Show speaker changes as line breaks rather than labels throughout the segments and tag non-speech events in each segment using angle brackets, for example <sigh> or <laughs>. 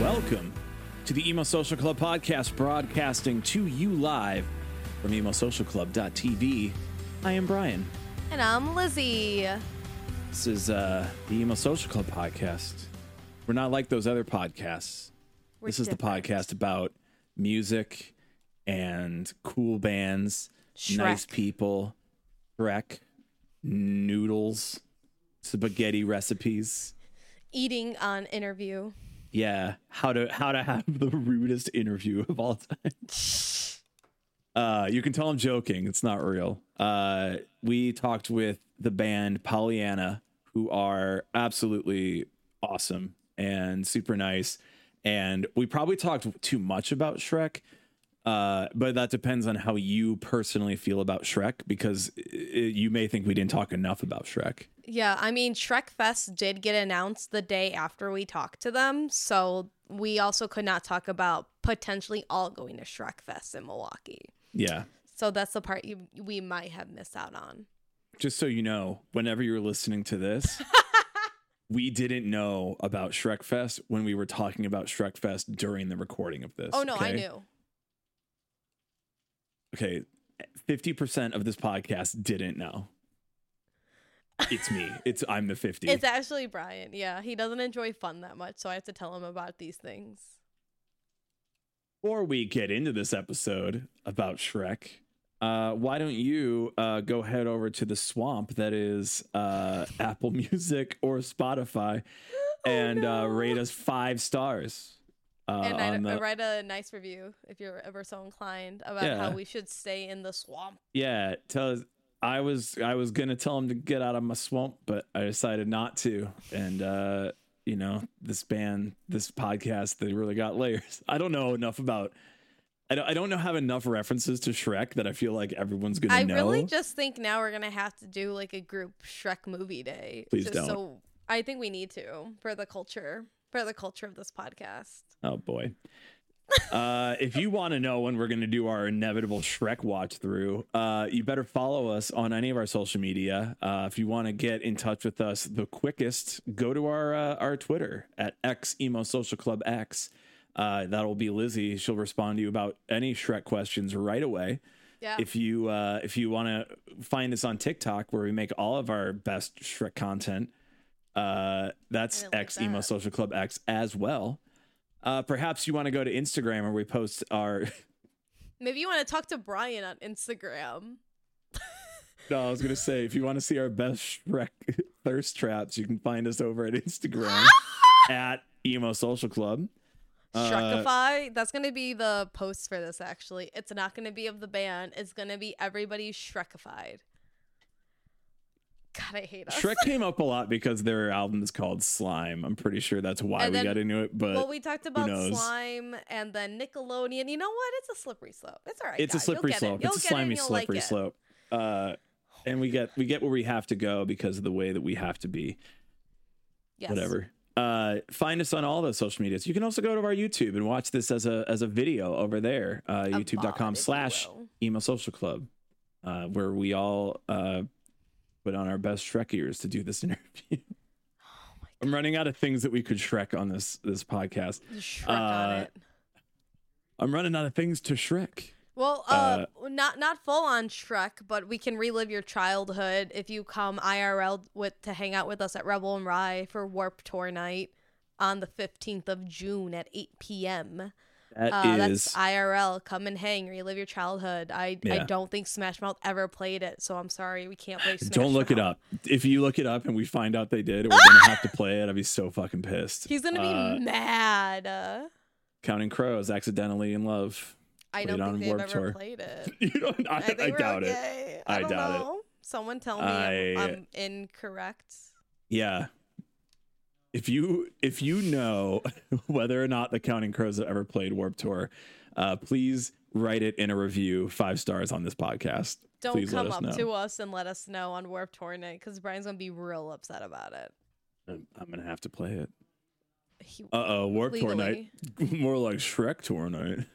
Welcome to the Emo Social Club podcast, broadcasting to you live from emosocialclub.tv. I am Brian.
And I'm Lizzie.
This is uh, the Emo Social Club podcast. We're not like those other podcasts.
We're
this is the
different.
podcast about music and cool bands, nice
Shrek.
people, Shrek, noodles, spaghetti recipes.
Eating on interview.
Yeah, how to how to have the rudest interview of all time. Uh, you can tell I'm joking; it's not real. Uh, we talked with the band Pollyanna, who are absolutely awesome and super nice, and we probably talked too much about Shrek. Uh, but that depends on how you personally feel about Shrek, because i i- you may think we didn't talk enough about Shrek.
Yeah, I mean, Shrek Fest did get announced the day after we talked to them. So we also could not talk about potentially all going to Shrek Fest in Milwaukee.
Yeah,
So that's the part you, we might have missed out on.
just so you know, whenever you're listening to
<laughs>
this, we didn't know about Shrek Fest when we were talking about Shrek Fest during the recording of this.
Oh, no, I
okay?
knew.
Okay. 50% of this podcast didn't know. It's
<laughs>
me. It's I'm the 50.
It's actually Brian. Yeah, he doesn't enjoy fun that much. So I have to tell him about these things. <gasps>
Before we get into this episode about Shrek, uh, why don't you uh, go head over to the swamp that is uh, Apple <laughs> Music or Spotify and uh,
Oh, no.
rate us five stars? Uh,
and I,
on
I
the,
write a nice review if you're ever so inclined about how
Yeah.
we should stay in the swamp.
yeah, tell us. I was I was gonna tell him to get out of my swamp, but I decided not to. And uh, you know, this band, this podcast, they really got layers. I don't know enough about. I don't, I don't know have enough references to Shrek that I feel like everyone's gonna
I
know.
really just think now we're gonna have to do like a group Shrek movie day.
Please
just
don't.
So I think we need to for the culture, for the culture of this podcast.
Oh boy. uh, if you want to know when we're going to do our inevitable Shrek watch through, uh, you better follow us on any of our social media. Uh, if you want to get in touch with us the quickest, go to our uh, our Twitter at X Emo Social Club X. Uh, that'll be Lizzie. She'll respond to you about any Shrek questions right away.
Yeah.
If you uh, if you want to find us on TikTok, where we make all of our best Shrek content, uh, that's
I like
X Emo
that.
Social Club X as well. Uh, perhaps you want to go to Instagram, where we post our. <laughs>
Maybe you want to talk to Brian on Instagram.
No, I was gonna say if you want to see our best Shrek <laughs> thirst traps, you can find us over at
<laughs>
Instagram at Emo Social Club. Uh,
Shrekify. That's gonna be the post for this actually. It's not gonna be of the band. It's gonna be everybody Shrekified. God, I hate us.
Shrek came up a lot because their album is called Slime. I'm pretty sure that's why
And
we
then-
got into it, but
well, we talked about
knows?
slime and then Nickelodeon. You know what? It's a slippery slope. It's all right.
it's a
guys. You'll
slippery
get it.
slope.
You'll
It's a
get it
slimy
and you'll like
slippery
it.
slope. Uh, and we get we get where we have to go because of the way that we have to be.
Yes.
Whatever. Uh, find us on all those social medias. You can also go to our YouTube and watch this as a as a video over there. Uh,
VOD, if
YouTube.com
you
slash
will.
emo social club, uh, where we all uh, put on our best Shrek ears to do this <laughs>
Oh
interview. I'm running out of things that we could Shrek on this this podcast.
Shrek on
Uh,
it.
I'm running out of things to Shrek.
Well, uh, not not full on Shrek, but we can relive your childhood if you come IRL with to hang out with us at Rebel and Rye for Warp Tour night on the 15th of June at 8 p.m.
That
Uh,
is.
that's IRL. Come and hang, relive your childhood. I I
Yeah.
don't think Smash Mouth ever played it, so I'm sorry we can't play. Smash
Don't look it
Mouth.
up. If you look it up and we find out they did, we're gonna have to play it. I'd be so fucking pissed.
He's gonna be
Uh,
mad. Uh,
counting crows, accidentally in love. <laughs>
I
played
don't
on
think they've
Warped
ever
Tour.
played it.
You don't. I, I,
think we're
doubt it.
okay.
I
don't
doubt it.
know. Someone tell me I'm,
I-
I'm incorrect.
Yeah. If you if you know <laughs> whether or not the Counting Crows have ever played Warp Tour, uh, please write it in a review, five stars on this podcast.
Don't
Please let
come
us
up
know.
to us and let us know on Warped Tour night because Brian's gonna be real upset about it.
I'm, I'm gonna have to play it.
He,
Uh oh, Warp Tour night. <laughs>
legally.
More like Shrek Tour night.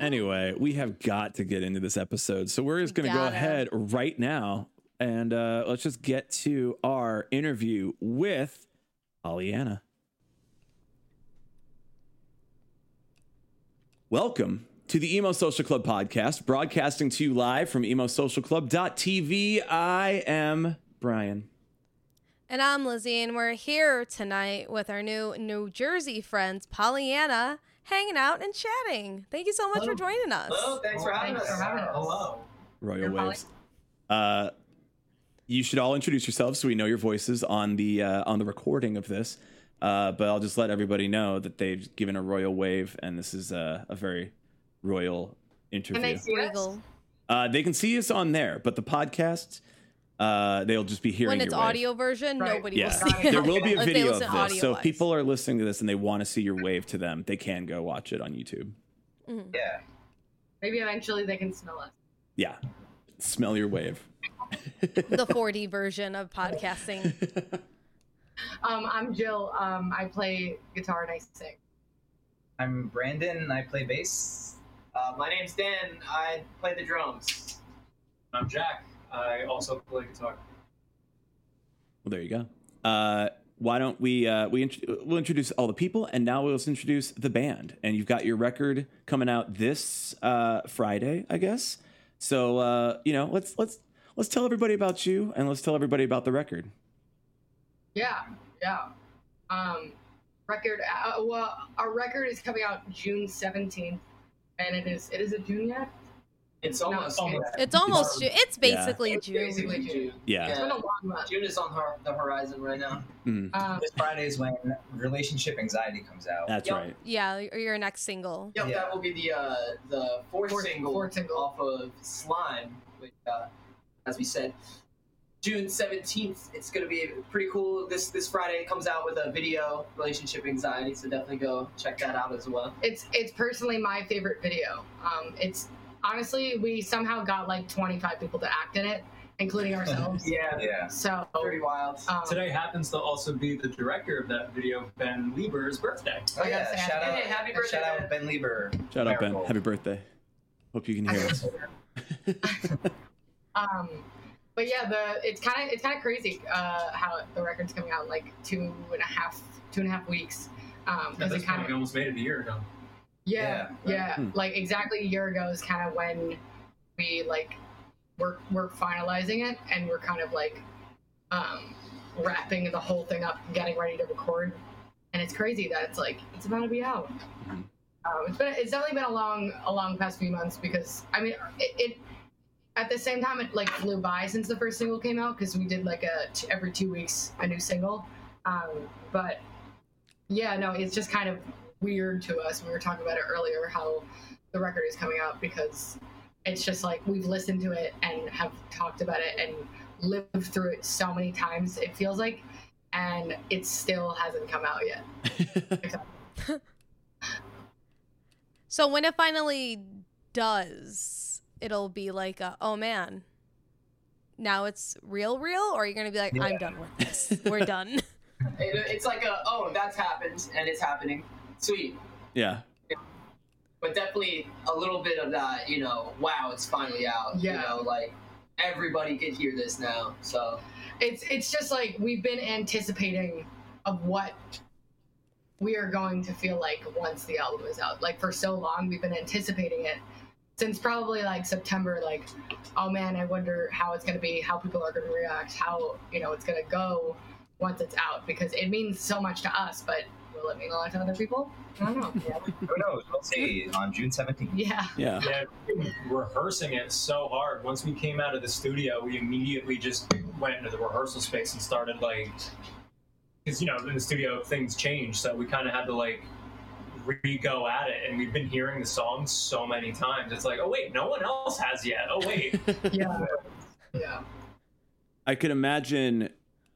Anyway, we have got to get into this episode. So we're just
We
going to go
gotta.
ahead right now and uh, let's just get to our interview with Pollyanna. Welcome to the Emo Social Club podcast, broadcasting to you live from emosocialclub.tv. I am Brian.
And I'm Lizzie, and we're here tonight with our new New Jersey friends, Pollyanna, hanging out and chatting. Thank you so much for joining us.
Oh,
Hello, thanks for having
thanks
us.
for having us.
Hello.
Royal
And Polly-
Waves. Uh, you should all introduce yourselves so we know your voices on the uh, on the recording of this. Uh, but I'll just let everybody know that they've given a royal wave, and this is uh, a, a very royal interview.
Can they see us?
Regal.
uh, they can see us on there, but the podcast, uh, they'll just be hearing
When it's
your wave.
audio version,
Right.
nobody
Yeah,
will see
Got
it.
it.
there will be a
If <laughs> they
video of
listen
this. So if
audio-wise.
people are listening to this and they want to see your wave to them, they can go watch it on YouTube.
Mhm.
Yeah.
Maybe eventually they can smell us.
Yeah, smell your wave.
the 4D
<laughs>
version of podcasting.
Um, I'm Jill. Um, I play guitar and I sing.
I'm Brandon. and I play bass. Uh, my name's Dan. I play the drums. I'm Jack. I also play guitar.
Well, there you go. Uh, why don't we uh, we int- we'll introduce all the people, and now we'll introduce the band. And you've got your record coming out this uh, Friday, I guess. So uh, you know, let's let's let's tell everybody about you, and let's tell everybody about the record.
Yeah, yeah. Um, record. Uh, well, our record is coming out June 17th, and it is it is a June yet.
It's almost.
No,
June.
It's almost June. It's basically
It's
June.
basically June.
Yeah,
It's been a long month.
June is on her, the horizon right now.
Mm,
Um,
This Friday is when Relationship Anxiety comes out.
that's
Yep.
right.
Yeah, or your next single.
Yep,
Yeah.
that will be the uh, the fourth,
Fourth-
single
fourth single.
off of Slime. Which, uh, as we said, June seventeenth. It's gonna be pretty cool. This this Friday it comes out with a video, relationship anxiety. So definitely go check that out as well.
it's it's personally my favorite video. Um, it's honestly we somehow got like 25 people to act in it, including ourselves.
Yeah,
Oh, Yeah.
So
pretty wild.
um,
Today happens to also be the director of that video, Ben Lieber's birthday.
Oh,
I gotta
yeah.
say,
Shout out,
hey, happy birthday,
shout out
Ben.
Ben Lieber.
Shout out Ben.
Miracle.
Happy birthday. Hope you can hear us. <laughs>
Um, but yeah, the it's kind of it's kind of crazy uh, how the record's coming out in like two and a half two and a half weeks. Um,
At
because
this
it kind
point,
of
we almost made it a year ago.
yeah
Yeah.
yeah,
Hmm.
like exactly a year ago is kind of when we like we're we're finalizing it and we're kind of like um, wrapping the whole thing up, and getting ready to record, and it's crazy that it's like it's about to be out.
Mhm.
Um, it's been it's definitely been a long a long past few months because I mean it. it at the same time, it like flew by since the first single came out because we did like a t- every two weeks a new single. Um, but yeah, no, it's just kind of weird to us. We were talking about it earlier how the record is coming out because it's just like we've listened to it and have talked about it and lived through it so many times. It feels like, and it still hasn't come out yet.
So when it finally does, it'll be like, a, oh man, now it's real, real, or you're gonna be like, I'm done with this. We're <laughs> done.
It, it's like a oh that's happened and it's happening. Sweet,
yeah,
but definitely a little bit of that. You know, wow, it's finally out.
Yeah.
You know, like everybody could hear this now. So
It's it's just like we've been anticipating of what we are going to feel like once the album is out. Like for so long, we've been anticipating it since probably like September. Like, oh man, I wonder how it's gonna be, how people are gonna react, how you know it's gonna go once it's out because it means so much to us. But will it mean a lot to other people? I don't know. Yeah.
Who knows? We'll see on June 17th.
<laughs> yeah.
yeah.
Yeah, rehearsing it so hard. Once we came out of the studio, we immediately just went into the rehearsal space and started like, because you know in the studio things change, so we kind of had to like re go at it. And we've been hearing the song so many times. It's like, oh wait, no one else has yet.
<laughs>
Oh wait,
Yeah. Yeah.
I could imagine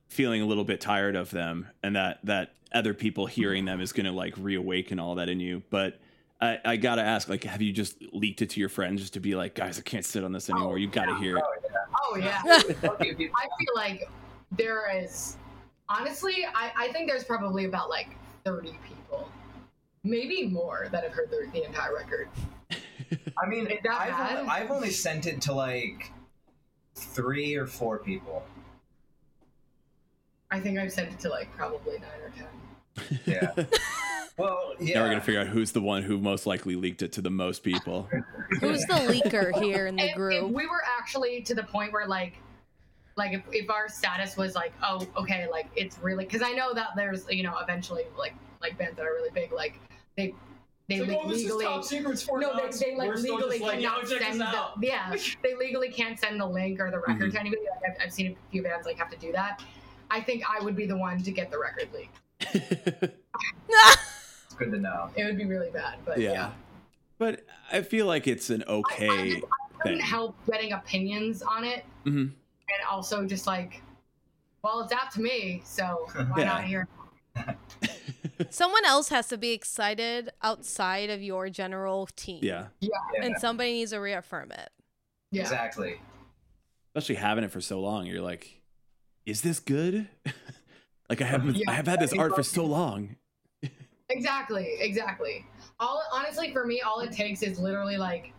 feeling a little bit tired of them and that that other people hearing them is going to like reawaken all that in you but I, I gotta ask, like, have you just leaked it to your friends just to be like, guys, I can't sit on this anymore. You gotta hear it.
Oh yeah.
Fuck you, people.
I feel like there is honestly, I, I think there's probably about like 30 people, maybe more, that have heard the, the entire record.
I mean,
Is that
I've,
bad?
only, I've only sent it to like three or four people.
I think I've sent it to like probably nine or ten.
<laughs>
Yeah. well, yeah.
Now we're gonna figure out who's the one who most likely leaked it to the most people.
Who's the leaker here in the
If- If,
group?
we were actually to the point where like, like if, if our status was like, oh, okay, like it's really because I know that there's you know eventually like like bands that are really big like they they
It's like,
le-
oh, this is
legally.
top secrets for
No,
nuts.
they, they like
We're still
legally
just like, yo,
cannot
check
send
this
the
out. <laughs>
yeah they legally can't send the link or the record to anybody. Like I've, I've seen a few bands like have to do that. I think I would be the one to get the record leaked.
<laughs>
It's good to know.
It would be really bad, but yeah.
But I feel like it's an okay
couldn't
thing.
help getting opinions on it
Mhm.
and also just like well it's out to me so why
Yeah.
not here
<laughs> Someone else has to be excited outside of your general team.
Yeah.
And somebody needs to reaffirm it.
yeah
Exactly.
Especially having it for so long, you're like, is this good? <laughs> like I have
Yeah.
I have had this art for so long.
exactly exactly all honestly for me all it takes is literally like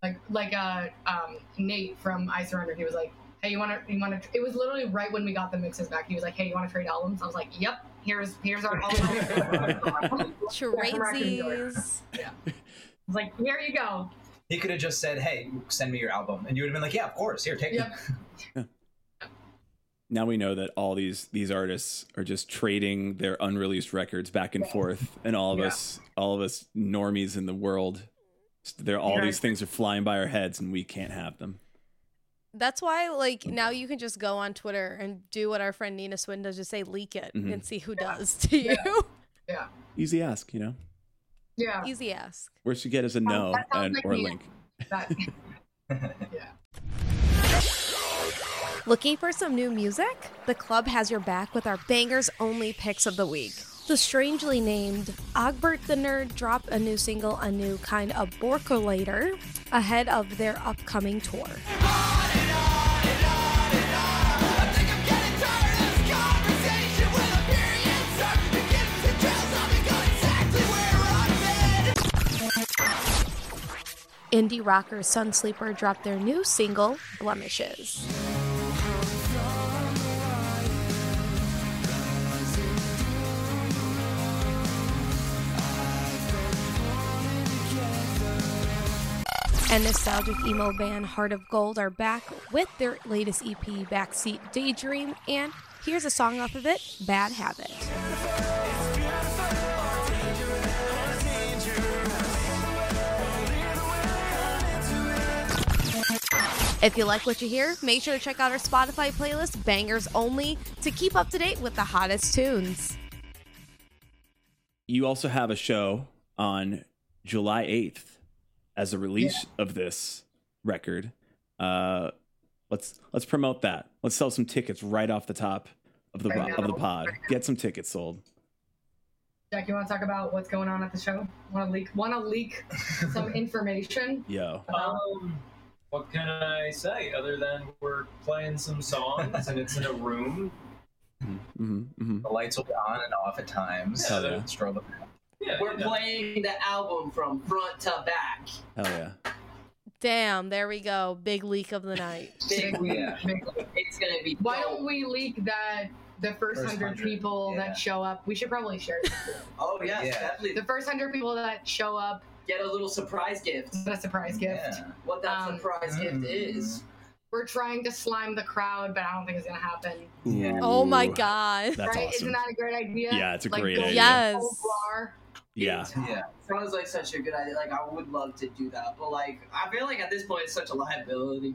like like uh um nate from i surrender he was like hey you want to you want to it was literally right when we got the mixes back he was like hey you want to trade albums i was like yep here's here's our all of our- I
Crazies.
was like here you go
He could have just said, "Hey, send me your album," and you would have been like, "Yeah, of course. Here, take it."
yep
Now we know that all these these artists are just trading their unreleased records back and forth, and all of
Yeah.
us all of us normies in the world, there all
Yeah.
these things are flying by our heads, and we can't have them.
That's why, like, now you can just go on Twitter and do what our friend Nina Swin does, just say leak it
Mhm.
and see who does to you. <laughs>
Easy ask, you know.
yeah
Easy ask.
Worst you get is a no
that sounds
and,
like
or a
me.
link.
that
Looking for some new music? The club has your back with our bangers only picks of the week. The strangely named Ogbert the Nerd dropped a new single, A New Kind of Borkulator, ahead of their upcoming tour. Indie rocker Sunsleeper dropped their new single, Blemishes. and nostalgic emo band Heart of Gold are back with their latest EP, Backseat Daydream, and here's a song off of it, Bad Habit. If you like what you hear, make sure to check out our Spotify playlist, Bangers Only, to keep up to date with the hottest tunes.
you also have a show on July 8th as a release of this record. Uh, let's let's promote that. Let's sell some tickets right off the top of the
Right
of the
now.
pod. Get some tickets sold.
Jack, you want to talk about what's going on at the show? Want to leak? Want to leak
<laughs>
some information?
Yo.
Um, what can I say other than we're playing some songs and it's in a room?
<laughs> hmm hmm
The lights will be on and off at times.
Yeah. Yeah.
Stroll the-
Yeah,
We're
you know.
playing the album from front to back.
Hell yeah.
Damn, there we go. Big leak of the night.
<laughs>
Big week.
Yeah.
It's gonna be.
Why
dope.
don't we leak that the first,
First
hundred
100,
people
yeah.
that show up? We should probably share this.
Oh yes,
Yeah.
definitely.
the first hundred people that show up
Get a little surprise gift.
is a surprise gift.
Yeah.
What that
Um,
surprise
Mm.
gift is.
We're trying to slime the crowd, but I don't think it's gonna happen.
Yeah.
Oh my
Ooh.
god.
That's
right?
awesome.
Isn't that a great idea?
Yeah, it's a great
go
idea.
Yes.
full bar.
yeah.
Yeah.
Sounds like such a good idea. Like I would love to do that, but like I feel like at this point it's such a liability.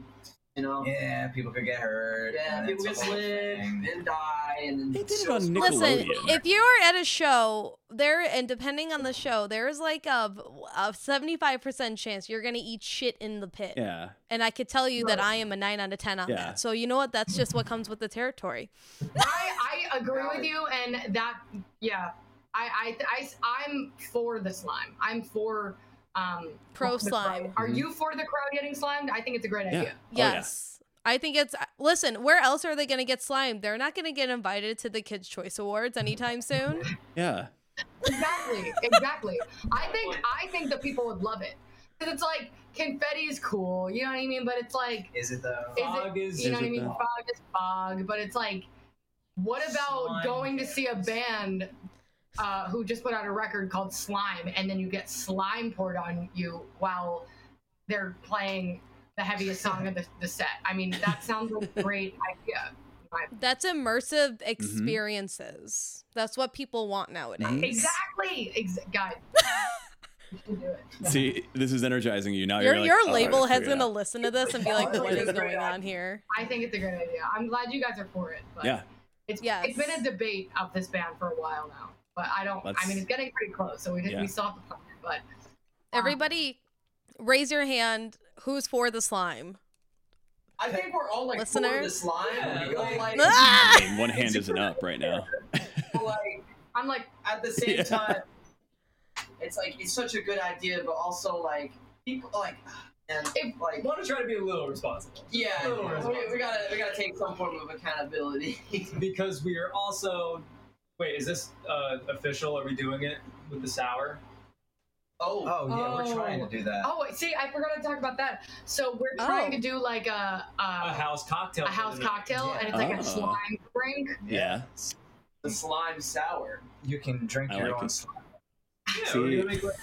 You know.
Yeah, people could get hurt.
Yeah,
and
people
it's
get
a whole
slip
thing.
and die, and then
They did it
so-
on
Listen,
Nickelodeon.
if you are at a show there, and depending on the show, there is like a a seventy five percent chance you're gonna eat shit in the pit.
Yeah.
And I could tell you that I am a nine out of ten on
Yeah.
that. So you know what? That's just what comes with the territory.
I I agree with you, and that yeah, I, I, I, I'm for the slime. I'm for um,
Pro
the
slime.
crowd. Are you for the crowd getting slimed? I think it's a great
Mm-hmm. Oh, Yeah.
idea.
yeah.
Yes. I think it's uh, listen, where else are they gonna get slimed? They're not gonna get invited to the Kids Choice Awards anytime soon.
Yeah. <laughs>
Exactly, exactly. I think I think the people would love it because it's like confetti is cool. You know what I mean? But it's like,
Is it though?
is
Fog
it?
is-
you know
is
what I
it
mean?
though?
Fog is fog, but it's like, what about
Slime
going to see a
bands.
band? Uh, who just put out a record called Slime, and then you get slime poured on you while they're playing the heaviest song of the, the set. I mean, that sounds like a great idea.
That's immersive
Mm-hmm.
experiences. That's what people want nowadays.
Exactly, ex- guys. we should do it.
See, this is energizing you now.
Your
you're like,
your
"Oh, I
label
gotta
has
figure it
gonna
out."
listen to this and be like,
Yeah.
what is going on here?
I think it's a great idea. I'm glad you guys are for it. But
Yeah.
It's,
Yes.
it's been a debate of this band for a while now, but I don't.
Let's-
I mean, it's getting pretty close, so we just,
Yeah.
we still have to plan it. But um,
Everybody raise your hand who's for the slime.
I think we're all like full
Listener?
of this line.
Yeah,
<laughs>
but, like, <laughs>
Ah! <laughs>
I mean, one hand isn't up right now.
but, like
I'm like,
at the same
Yeah.
time, it's like it's such a good idea, but also like people like <sighs> and
If-
like
want to try to be a little responsible.
yeah,
A little
we,
responsible.
we gotta we gotta take some form of accountability. <laughs>
because we are also. Wait, is this uh, official? Are we doing it with the sour?
oh,
Oh yeah, we're trying
Oh.
to do that.
oh wait, see, I forgot to talk about that. So we're trying
Oh.
to do like a a,
A house cocktail.
a house
for the night.
cocktail,
Yeah.
and it's like
Oh.
a slime drink.
Yeah.
the slime sour.
You can drink
I
your
like
own
it.
slime.
Yeah,
See,
we're gonna make, like,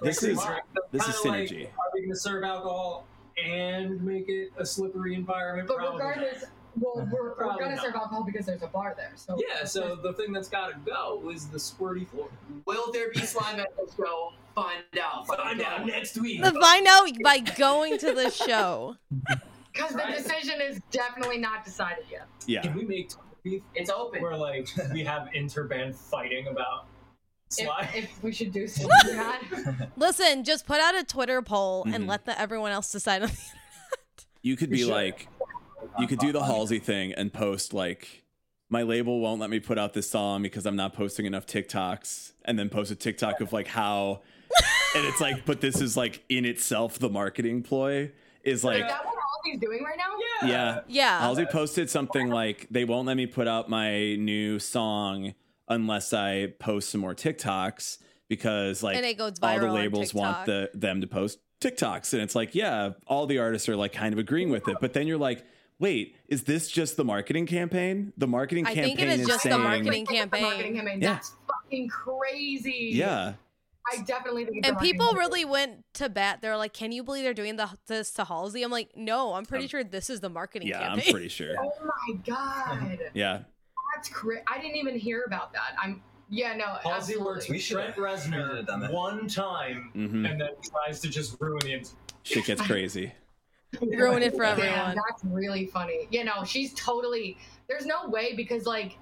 This
like,
is
slime.
this is
Kinda like,
synergy.
are we going to serve alcohol and make it a slippery environment?
But
Probably not.
regardless, well, we're, we're
Probably
gonna
not.
serve alcohol because there's a bar there. So
Yeah, so the thing that's got to go is the squirty floor.
Will there be slime at the show? Find out.
Find out next week.
The find out by going to the show.
because the
Right.
decision is definitely not decided yet.
Yeah.
Can we make beef
It's open.
where like we have interband fighting about
If,
slime?
if we
<laughs>
should do slime or not.
Listen, just put out a Twitter poll and
Mhm.
let the, everyone else decide on <laughs>
You could be
should.
like, you could do the Halsey thing and post like, my label won't let me put out this song because I'm not posting enough TikToks, and then post a TikTok of like how, and it's like, but this is like in itself the marketing ploy is
Is
like,
that what Halsey's doing right now?
yeah.
Yeah.
Halsey posted something like, they won't let me put out my new song unless I post some more TikToks because like
and it goes viral.
all the
on
labels want
TikTok.
the them to post TikToks. And it's like, yeah, all the artists are like kind of agreeing with it. But then you're like, wait, is this just the marketing campaign? The marketing
I
campaign
think it is
is
just the
saying,
marketing
I think it's the
campaign.
marketing campaign.
Yeah.
That's fucking crazy.
yeah,
I definitely think it's the
And
marketing
people
campaign.
really went to bat. They're like, "Can you believe they're doing the, this to Halsey?" I'm like, "No, I'm pretty
Um,
sure this is the marketing
yeah, I'm
campaign."
pretty sure.
Oh my god.
Yeah,
That's crazy. I didn't even hear about that. I'm yeah, no.
Halsey
absolutely.
works
We
with
should've-
Trent
we should've
Reznor
done that.
one time
hmm
and then tries to just ruin the entire
shit
<laughs>
gets crazy.
<laughs> Ruin
<laughs>
it for
Damn,
everyone.
that's really funny. You know, she's totally there's no way because like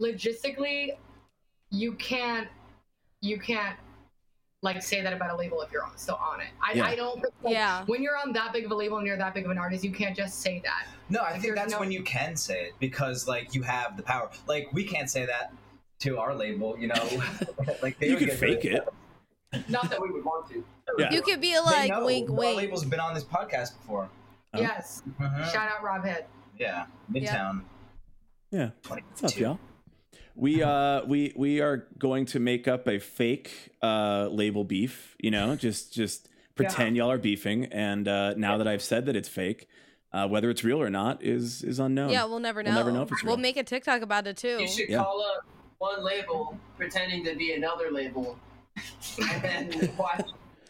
logistically you can't you can't like say that about a label if you're on- still on it. I,
Yeah.
I don't think like,
Yeah.
when you're on that big of a label and you're that big of an artist, you can't just say that.
No, I
Like,
think
there's
that's
no-
when you can say it because like you have the power. Like we can't say that to our label, you know. <laughs> like they
You
would
could
get
fake
really-
it.
Not that
that we would want to.
Yeah.
You could be
They
like,
know.
"Wink,
Our
wink."
label's been on this podcast before.
Oh.
Yes. Shout out Rob Head.
Yeah, Midtown.
Yeah. What's up,
22.
y'all? We uh we we are going to make up a fake uh label beef, you know, just just pretend y'all are beefing and uh now that I've said that it's fake, uh whether it's real or not is is unknown.
Yeah, we'll never know.
We'll never know if it's
We'll
real.
make a TikTok about it too.
You should
Yeah.
call up one label pretending to be another label, <laughs> and then watch.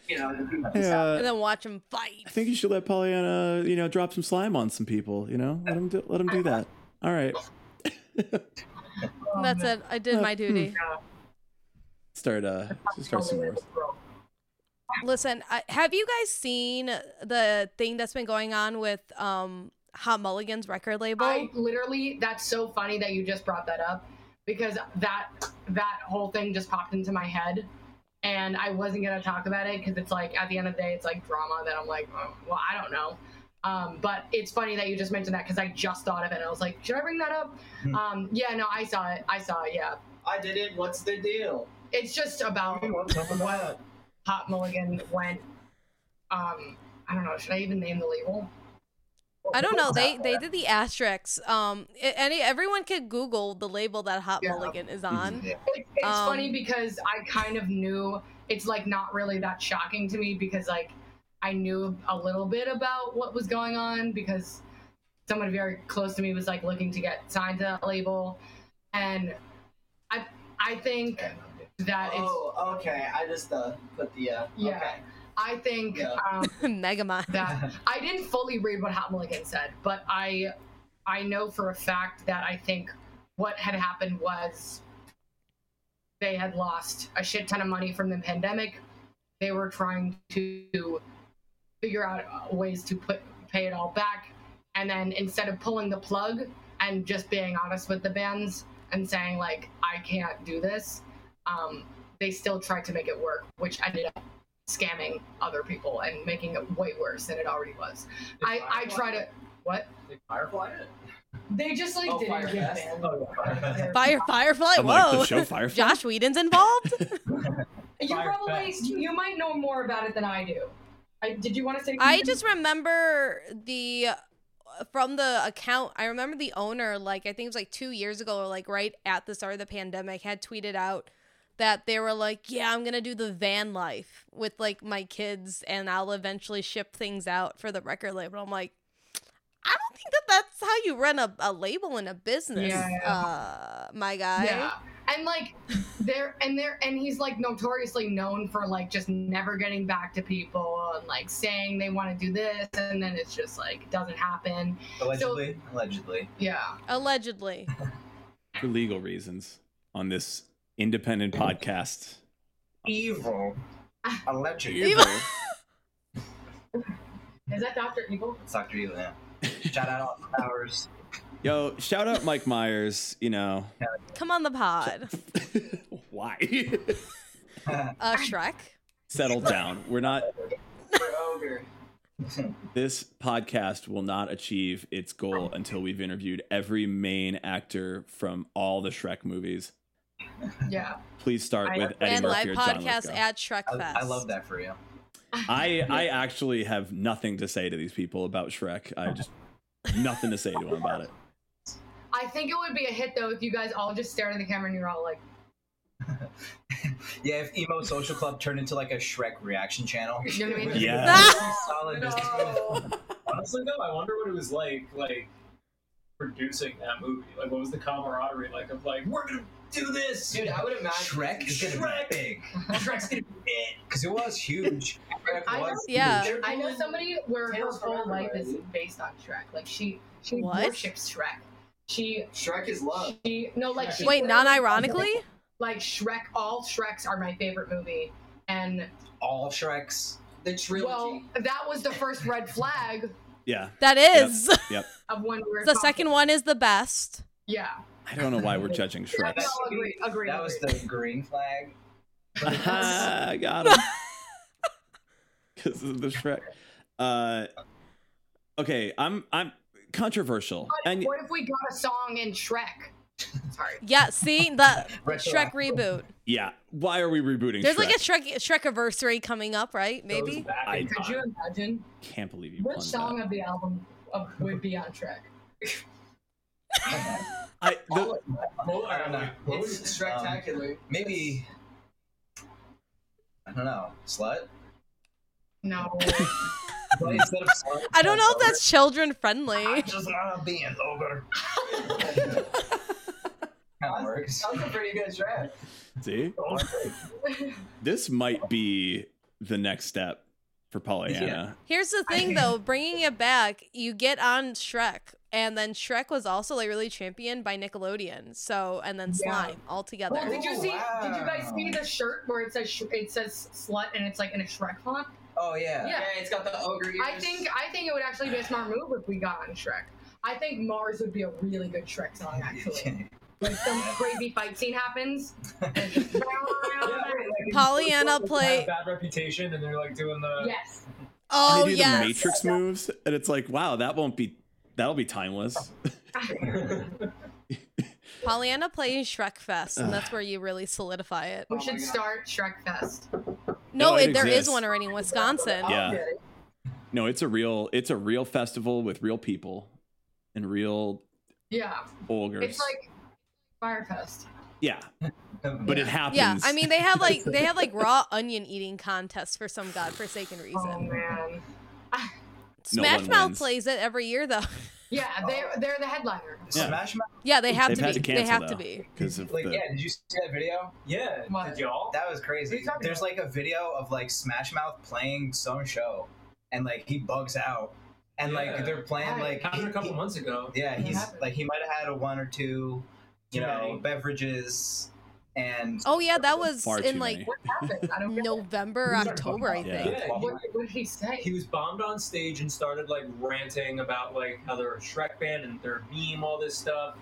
You know, the people
Hey,
decide.
uh,
and then watch them fight.
I think you should let Pollyanna, you know, drop some slime on some people, you know? Let him do, let him do that. All right.
That's it. I
Uh,
did
hmm.
my duty.
Start uh start some wars.
Listen, I, have you guys seen the thing that's been going on with um Hot Mulligan's record label?
I literally that's so funny that you just brought that up because that that whole thing just popped into my head and I wasn't gonna talk about it because it's like at the end of the day it's like drama that I'm like oh, well I don't know um, but it's funny that you just mentioned that because I just thought of it and I was like should I bring that up
Hmm.
um, yeah no I saw it I saw it yeah
I did it. What's the deal?
It's just about
You want something wild?
Hot Mulligan went. Um, I don't know. Should I even name the label?
I don't know. They they did the asterisks. Um, a- any everyone could Google the label that Hot
Yeah.
Mulligan is
Mm-hmm.
on.
It, it's
Um,
funny because I kind of knew it's like not really that shocking to me because like I knew a little bit about what was going on because someone very close to me was like looking to get signed to that label, and I I think that Uh, it's
Oh, okay. I just uh, put the uh,
Yeah.
Okay.
I think
Yeah.
um,
<laughs> Megamind.
<laughs> that I didn't fully read what Hot Mulligan said, but I I know for a fact that I think what had happened was they had lost a shit ton of money from the pandemic. They were trying to figure out ways to put pay it all back, and then instead of pulling the plug and just being honest with the bands and saying like I can't do this, um, they still tried to make it work, which ended up scamming other people and making it way worse than it already was. I, I try to what
Did Firefly it?
they just like
Oh,
didn't give
Firefest.
them-
Oh,
<laughs>
yeah. Firefest.
their-
Fire Firefly.
I'm like,
Whoa.
the show
<laughs>
Firefly?
Josh Whedon's involved. <laughs>
You probably
Firefest.
you might know more about it than I do. I, did you want to say?
I
something?
just remember the from the account. I remember the owner, like I think it was like two years ago, or like right at the start of the pandemic, had tweeted out that they were like, "Yeah, I'm gonna do the van life with like my kids, and I'll eventually ship things out for the record label." I'm like, I don't think that that's how you run a, a label in a business,
Yeah, yeah.
uh, my guy.
yeah. And like there and there and he's like notoriously known for like just never getting back to people and like saying they want to do this and then it's just like doesn't happen.
Allegedly, allegedly.
Yeah.
Allegedly,
for legal reasons on this independent podcast.
Evil. Allegedly.
Evil.
Is that Dr. Evil?
It's Dr. Evil. yeah.
<laughs>
Shout out all the powers.
Yo, shout out Mike Myers, you know.
come on the pod,
<laughs> Why?
uh, Shrek.
Settle down. We're not
For ogre.
this podcast will not achieve its goal until we've interviewed every main actor from all the Shrek movies.
Yeah.
Please start
I-
with Eddie
And
Murphy
live
or John
podcast
Lithgow.
at Shrek
I,
Fest.
I love that for you.
I I actually have nothing to say to these people about Shrek. I
<laughs>
just nothing to say to them about it.
I think it would be a hit though if you guys all just stared at the camera and you're all like,
Yeah, if Emo Social Club turned into like a Shrek reaction channel.
you know what I mean?
Yeah.
Solid business.
No. Honestly, though, I wonder what it was like, like producing that movie. Like, what was the camaraderie like of like we're gonna do this?
Dude, I would imagine.
Shrek is gonna
Shrek.
be big.
Shrek's gonna be it.
Because it was huge.
Shrek
I
was
know-
huge.
Yeah.
They're
I know
doing-
somebody where her
Tales from
whole life is
Everywhere.
based on Shrek. Like she she
What?
worships Shrek. She
Shrek is love.
she no like she
Wait, non-ironically,
like Shrek all Shreks are my favorite movie and
All Shreks.
The trilogy.
well that was the first red flag
Yeah.
that is. <laughs>
of when we were
The
talking-
second one is the best.
yeah
I don't know why we're judging Shrek.
no agree agree
That was the green flag.
Aha, I <laughs> got
<laughs>
him. Because of the Shrek. Uh, okay, I'm I'm controversial, and
what if we got a song in Shrek sorry
Yeah, see the
Retro-
Shrek
<laughs>
reboot.
yeah, why are we rebooting?
There's
Shrek?
like a Shrek Shrek anniversary coming up, right?
Goes
Maybe.
back
I-
in
could you
time.
imagine
can't believe you.
what
won
song
that.
of the album of, would be on Shrek
I, the,
Well,
I don't know. um,
It's Shrektacular.
Maybe. I don't know. Slut?
no
But instead of slut
I don't know if
it's
that's children friendly.
ogre. I just wanna be an ogre. Kinda <laughs> works.
That was a pretty good draft.
see, this might be the next step for Pollyanna.
<laughs> Here's the thing though, bringing it back, you get on Shrek and then Shrek was also like really championed by Nickelodeon. So and then
Yeah.
Slime all together.
well did you see did you guys
wow.
see the shirt where it says sh- it says slut and it's like in a Shrek font
Oh, yeah.
Yeah.
Yeah, it's got the ogre ears.
I think I think it would actually be a smart move if we got on Shrek. I think Mars would be a really good Shrek
<laughs>
song <laughs>
<laughs>
actually. Like some crazy fight scene happens. and
<laughs>
just-
Pollyanna
Had a
play
bad reputation, and they're like doing the.
yes.
Oh
they do
yes.
the Matrix moves, and it's like, wow, that won't be that'll be timeless.
Pollyanna plays Shrek Fest, and that's where you really solidify it.
We
Oh my
should
God.
start Shrek Fest.
No,
No, it
it, there is
exists.
one already in Wisconsin.
Yeah.
I'll get it.
No, it's a real it's a real festival with real people and real
Yeah,
ogres.
it's like Firefest.
yeah, but it happens.
Yeah, I mean they have like they
<laughs>
have like raw onion eating contests for some godforsaken
Oh
reason.
man.
No
Smash
one
Mouth
wins.
plays it every year though. <laughs>
Yeah,
Oh.
they're they're the headliner.
Yeah.
<laughs> Smash Mouth.
Yeah, they have
They've
to
had
be.
to
they
cancel,
have
though.
to be.
because of
Like,
the,
yeah, did you see that video?
Yeah,
What?
did y'all?
That was
What are
crazy.
you talking
There's
about?
like a video of like Smash Mouth playing some show, and like he bugs out, and
Yeah.
like they're playing
Hi.
like
happened
he-
a couple
he-
months ago.
Yeah,
What
he's
happened?
like he might have had a one or two, you
Too
know,
many.
beverages, and
Oh yeah, that was
Far
in
too
like
many.
What happened? I don't know.
November,
These are
October, I
Yeah.
think.
Yeah,
Well,
he,
What, what did he say?
he was bombed on stage and started like ranting about like how they're a Shrek band and their meme, all this stuff.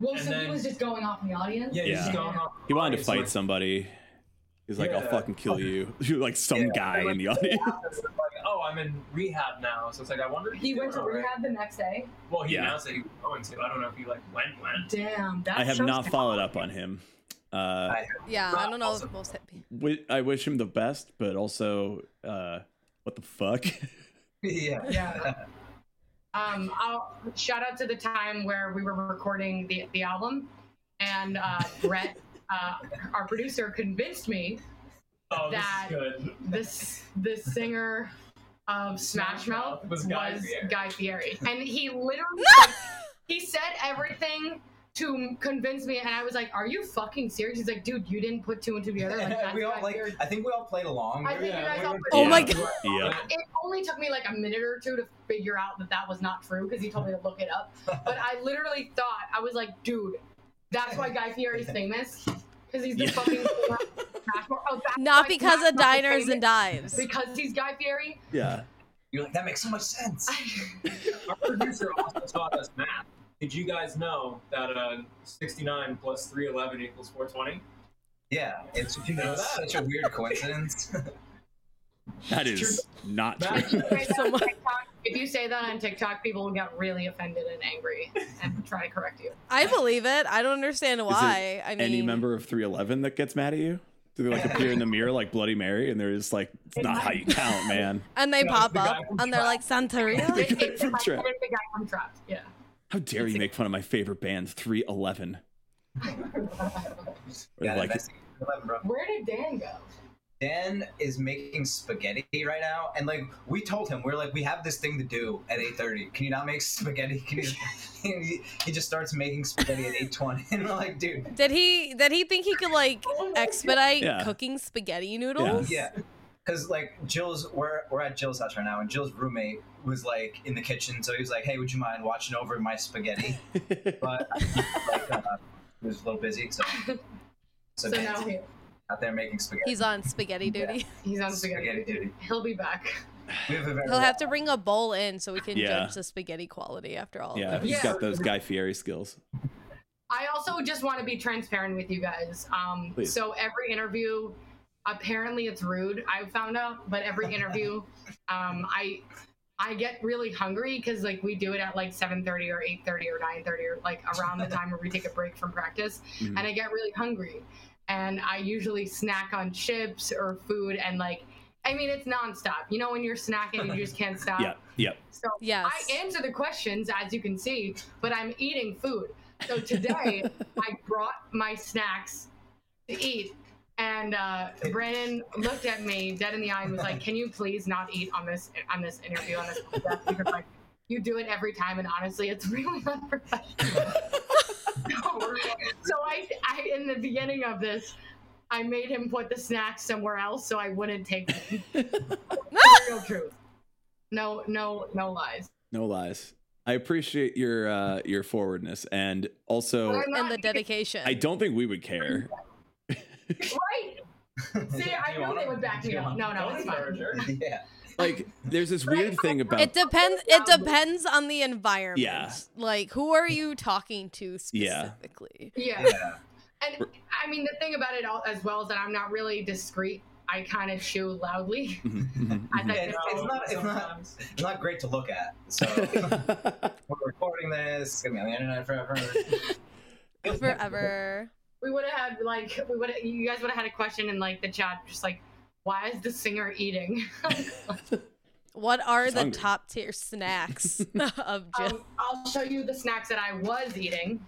Well,
and
so
then-
he was just going off in the audience.
Yeah, he's just
Yeah.
going off.
he wanted to
It's like-
fight somebody. He's like, I'll
Yeah.
fucking kill you. <laughs> You're like some
Yeah.
guy in
<laughs>
the
Like,
audience.
like, oh, I'm in rehab now, so it's like I wonder. If
He
he's
went to
doing all right.
rehab the next day.
Well, he
Yeah.
announced that he was going to. I don't know if he like went went.
Damn, that
I have
shows
not
how-
followed up on him. Uh,
Yeah, I don't know
Awesome.
if most hit-
wi- I wish him the best, but also, uh, what the fuck?
<laughs>
<laughs>
yeah,
Yeah. Um, I'll shout out to the time where we were recording the, the album, and uh, Brett, uh, our producer, convinced me
Oh,
That-
this is good.
this the singer of Smash Mouth was Guy, Fieri. and he literally like, he said everything to m- convince me, and I was like, "Are you fucking serious?" He's like, "Dude, you didn't put two and
<laughs>
two together." Like, that's
we all
Guy
like.
Fieri.
I think we all played along.
I think
yeah,
you guys
we
all.
were-
put
Oh
two
my
and two
God.
together.
yeah.
It only took me like a minute or two to figure out that that was not true because he told me to look it up. But I literally thought I was like, "Dude, that's why Guy Fieri's famous." Because he's the
Yeah.
fucking singer of Smash Mouth. Oh, that's
Not
why
because
Smash
of
Mouth is
diners and
famous.
dives.
Because he's Guy
<laughs>
Fieri. <laughs>
Yeah.
You're like that makes so much sense.
Our producer also taught us math. Did you guys know that uh, 69 plus 311 equals 420?
Yeah, it's
<laughs>
you know
It's-
such a weird coincidence. <laughs>
That is not
That-
true.
So much-
If you say that on TikTok, people will get really offended and angry and try to correct
<laughs>
you.
I believe it. I don't understand why. I
<laughs>
mean,
Any member of 311 that gets mad at you? Do they like appear in the mirror like Bloody Mary and they're just like, it's not how you count, man.
and they
No, it's
pop
the guy
up
from
and they're like Santeria.
The
It-
guy
it-
from
if I
Trap.
said it, the guy from Trapped, yeah.
How dare you make fun of my favorite band, 311? Or
yeah,
like,
that's- bro.
Where did Dan go?
Dan is making spaghetti right now, and like we told him, we are like, we have this thing to do at 8:30. Can you not make <laughs> spaghetti? Can you? <laughs> and he, he just starts making spaghetti at 8:20, <laughs> and we're like, dude,
Did he? Did he think he could like expedite
Yeah.
cooking spaghetti noodles?
<laughs> yeah, because like Jill's, we're we're at Jill's house right now, and Jill's roommate was like in the kitchen, so he was like, hey, would you mind watching over my spaghetti?
<laughs>
But like, uh, he was a little busy, so so,
So now
Dan's
he,
out there making spaghetti.
He's on spaghetti
Yeah.
duty.
he's on spaghetti.
spaghetti duty.
He'll be back.
We have a very
He'll have to bring a bowl in so we can
Yeah.
judge the spaghetti quality after all.
yeah,
Of it.
he's
Yeah.
got those Guy Fieri skills.
I also just want to be transparent with you guys. Um,
Please.
so every interview, apparently it's rude. I found out, but every
<laughs>
interview, um, I I get really hungry because like we do it at like seven thirty or eight thirty or nine thirty or like around
<laughs>
the time where we take a break from practice,
Mhm.
and I get really hungry, and I usually snack on chips or food and like. I mean, it's nonstop. You know, when you're snacking, and you just
<laughs>
can't stop.
Yeah, yeah.
So
Yes.
I answer the questions as you can see, but I'm eating food. So today I brought my snacks to eat, and uh, Brandon looked at me dead in the eye and was like, "Can you please not eat on this on this interview on this podcast?" Because, like, you do it every time, and honestly, it's <laughs> really unprofessional. so, <laughs> so I, I, in the beginning of this, I made him put the snacks somewhere else so I wouldn't take them. Real truth. No, no, no lies.
No lies. I appreciate your uh, your forwardness, and also
I'm
and
not-
the dedication.
I don't think we would care.
<laughs>
Right? See, I knew
You wanna-
they would back me up. No, no,
Don't
it's
encourage
fine.
her.
<laughs> yeah.
<laughs> Like, there's this weird thing about <laughs>
It depends. It depends on the environment.
Yeah.
Like, who are you talking to
Yeah.
specifically?
<laughs>
Yeah.
Yeah.
And I mean, the thing about it all, as well is that I'm not really discreet. I kind of chew loudly. <laughs>
Mhm, mhm,
I
Yeah,
think
it's- it's not- it's not-
Sometimes.
It's not great to
<laughs>
look at. So
mhm.
we're recording this. It's gonna be on the internet forever.
forever.
We would have had like we would you guys would have had a question in like the chat, just like why is the singer eating?
<laughs>
What are
She's
the
hungry.
top
<laughs>
tier snacks <laughs> of Jill?
um, I'll show you the snacks that I was eating.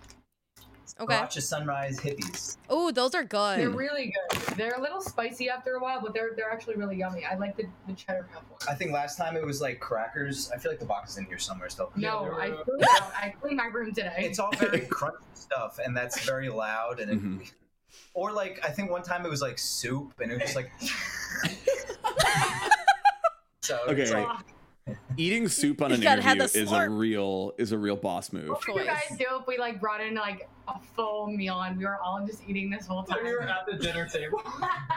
Okay.
Watch a sunrise hippies.
Oh, those are
They're
Hmm.
good.
really good. They're a little spicy after a while, but they're they're actually really yummy. I like the, the cheddar cup one.
I think last time it was like crackers. I feel like the box is in here somewhere still.
No, I
they're- uh,
cleaned, out- I cleaned my room today.
It's <laughs> all very crunchy stuff, and that's very loud.
<laughs>
And it,
Mhm.
or like I think one time it was like soup, and it was just
<laughs>
like. so
Okay,
it's like,
right. eating soup on
You
an
gotta have
interview
the
is a
slurp.
real is a real boss move.
what would you
choice.
guys do if we like brought in like a full meal and we were all just eating this whole time?
we were at the dinner
<laughs>
table.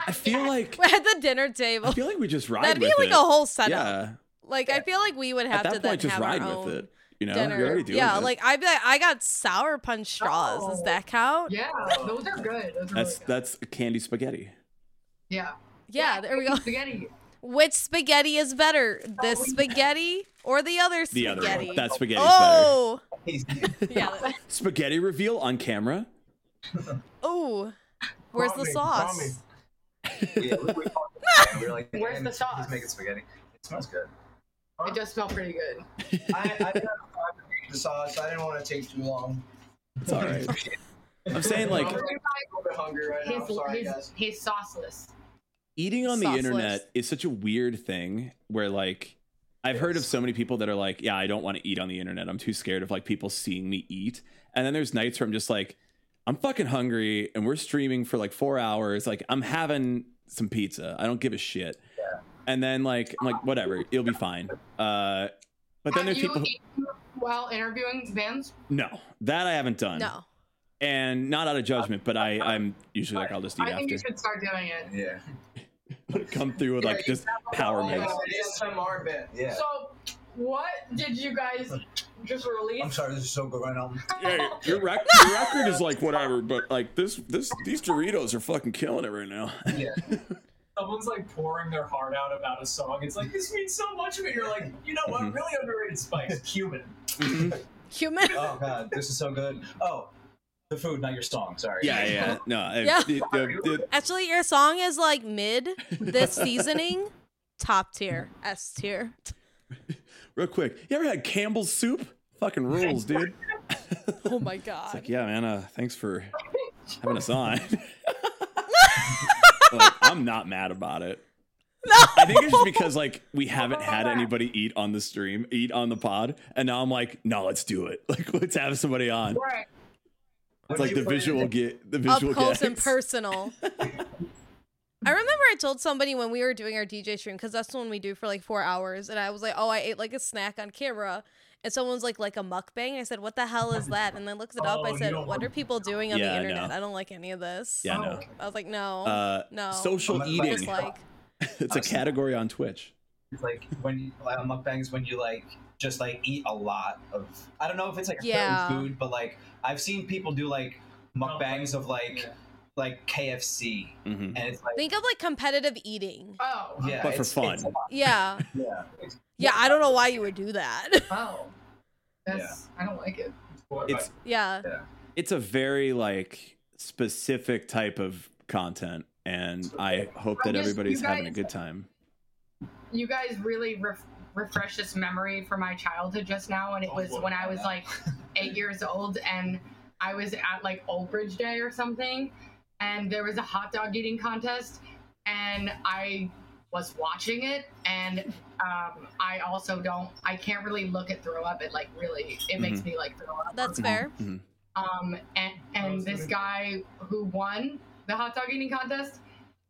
I feel like
<laughs> We're at the dinner
I
table.
feel like we just ride
That'd be
with
like
it.
a whole setup.
yeah.
Like I feel like we would
At
have to
that
then
point, just
have
ride
our own
with it. You know,
dinner.
you're already doing
yeah,
it.
like I be like, I got sour punch straws. Does
Oh.
that count?
Yeah, those are good. Those
that's
are really good.
that's candy spaghetti.
yeah.
Yeah, there
<laughs>
we go.
Spaghetti.
Which spaghetti is better, this
Oh, we- <laughs>
spaghetti or the other
The
spaghetti?
other one. That spaghetti's
oh,
tasty.
yeah. <laughs> that-
better. Spaghetti reveal on camera.
Oh, where's the
Mommy,
sauce?
mommy.
Yeah, we- we called it, and we were like,
Where's
"Man,
the sauce?"
He's making spaghetti. It smells good.
It does smell pretty good.
I, I didn't have time to make the sauce. I didn't want to take too long.
It's all
<laughs>
right. I'm saying like
He's,
a little bit hungry right now. I'm sorry,
he's,
guys.
he's sauceless.
eating on the
Sauceless.
internet is such a weird thing where like I've heard of so many people that are like, yeah, I don't want to eat on the internet. I'm too scared of like people seeing me eat. And then there's nights where I'm just like, I'm fucking hungry and we're streaming for like 4 hours. Like I'm having some pizza. I don't give a shit. And then like I'm like whatever, it'll be fine. Uh but then
Have
there's
you
people
eaten while interviewing Vans?
No, that I haven't done.
No.
And not out of judgment, but I I'm usually like I'll just eat
I
after.
think you should start doing it.
Yeah.
<laughs> Come through with like just power
Oh,
meals.
no, it is some more bit.
Yeah.
So, what did you guys just release?
I'm sorry, this is so good right now.
Yeah, your,
<laughs>
rec- your record is like whatever, but like this, this, these Doritos are fucking killing it right now.
Yeah.
Someone's like pouring their heart out about a song. It's like this means so much to me. <laughs> You're like, you know what?
Mm-hmm.
Mhm.
Really underrated spice, cumin.
Human. <laughs>
Oh god, this is so good. Oh, the food, not your song. Sorry.
<laughs> Yeah,
<laughs>
yeah, no,
<laughs>
I-
Yeah.
the- the- the-
Actually, your song is like mid. This seasoning,
<laughs>
top tier, S tier. <laughs>
real quick, you ever had Campbell's soup? Fucking
<laughs>
rules, dude.
Oh my god.
Like, yeah, man. Uh, thanks
<laughs>
for having us on. Like, I'm not mad about it. I think it's just because like we haven't had anybody eat on the stream, eat on the pod, and now I'm like, no, let's do it. <laughs> Like, let's have somebody on.
Right.
It's like the visual get the
Up
visual
close and
gags. <laughs>
personal. I remember I told somebody when we were doing our DJ stream because that's the one we do for like four hours, and I was like, "Oh, I ate like a snack on camera," and someone's like, "Like a mukbang." I said, "What the hell is that?" And then looked it up.
Oh,
I
you
said,
don't
"What
want-
are people doing on
Yeah, I
the internet?
know.
I don't like any of this."
Yeah, I know.
I was like,
Oh,
"No,
Uh,
no."
social
I'm a-
eating.
Dislike.
<laughs> It's a category on Twitch.
It's like when you, like, a mukbang is when you like just like eat a lot of. I don't know if it's like a certain
Yeah.
food, but like I've seen people do like mukbangs of like like KFC,
Mhm.
and it's like
Think of like competitive eating.
Oh.
yeah,
But for
it's-
fun.
it's a lot.
Yeah.
<laughs>
yeah.
Yeah, I don't know why you would do that. <laughs>
Oh. That's. I don't like it.
It's
yeah.
it's a very like specific type of content, and I hope that
I'm just-
everybody's
you
having a
guys-
good time.
You guys really ref- refresh this memory from my childhood just now, and it
Oh,
was
boy.
when I was like eight years old, and I was at like Old Bridge Day or something, and there was a hot dog eating contest, and I was watching it, and um, I also don't, I can't really look at throw up. It like really, it makes me like throw up.
That's fair.
Mhm.
Um, and, and this guy who won the hot dog eating contest,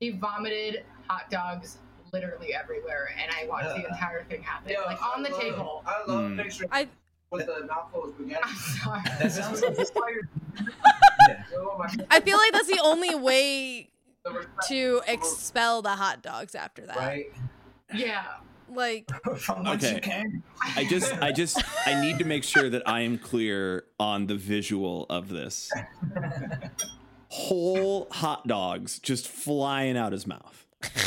he vomited hot dogs literally everywhere, and I watched the
Ugh.
entire thing happen,
Yo,
like on
I
the
love-
table.
I love
Hmm.
Mm.
pictures
I
with a mouthful of
<laughs>
spaghetti.
I'm sorry.
That sounds like this
Oh my God,
I feel like that's the only way
the respect.
to expel the hot dogs after that.
right
<laughs>
<laughs>
Yeah,
Like
from whence
Okay. <laughs>
you came.
I just, I just, I need to make sure that I am clear on the visual of this. Whole hot dogs just flying out his mouth.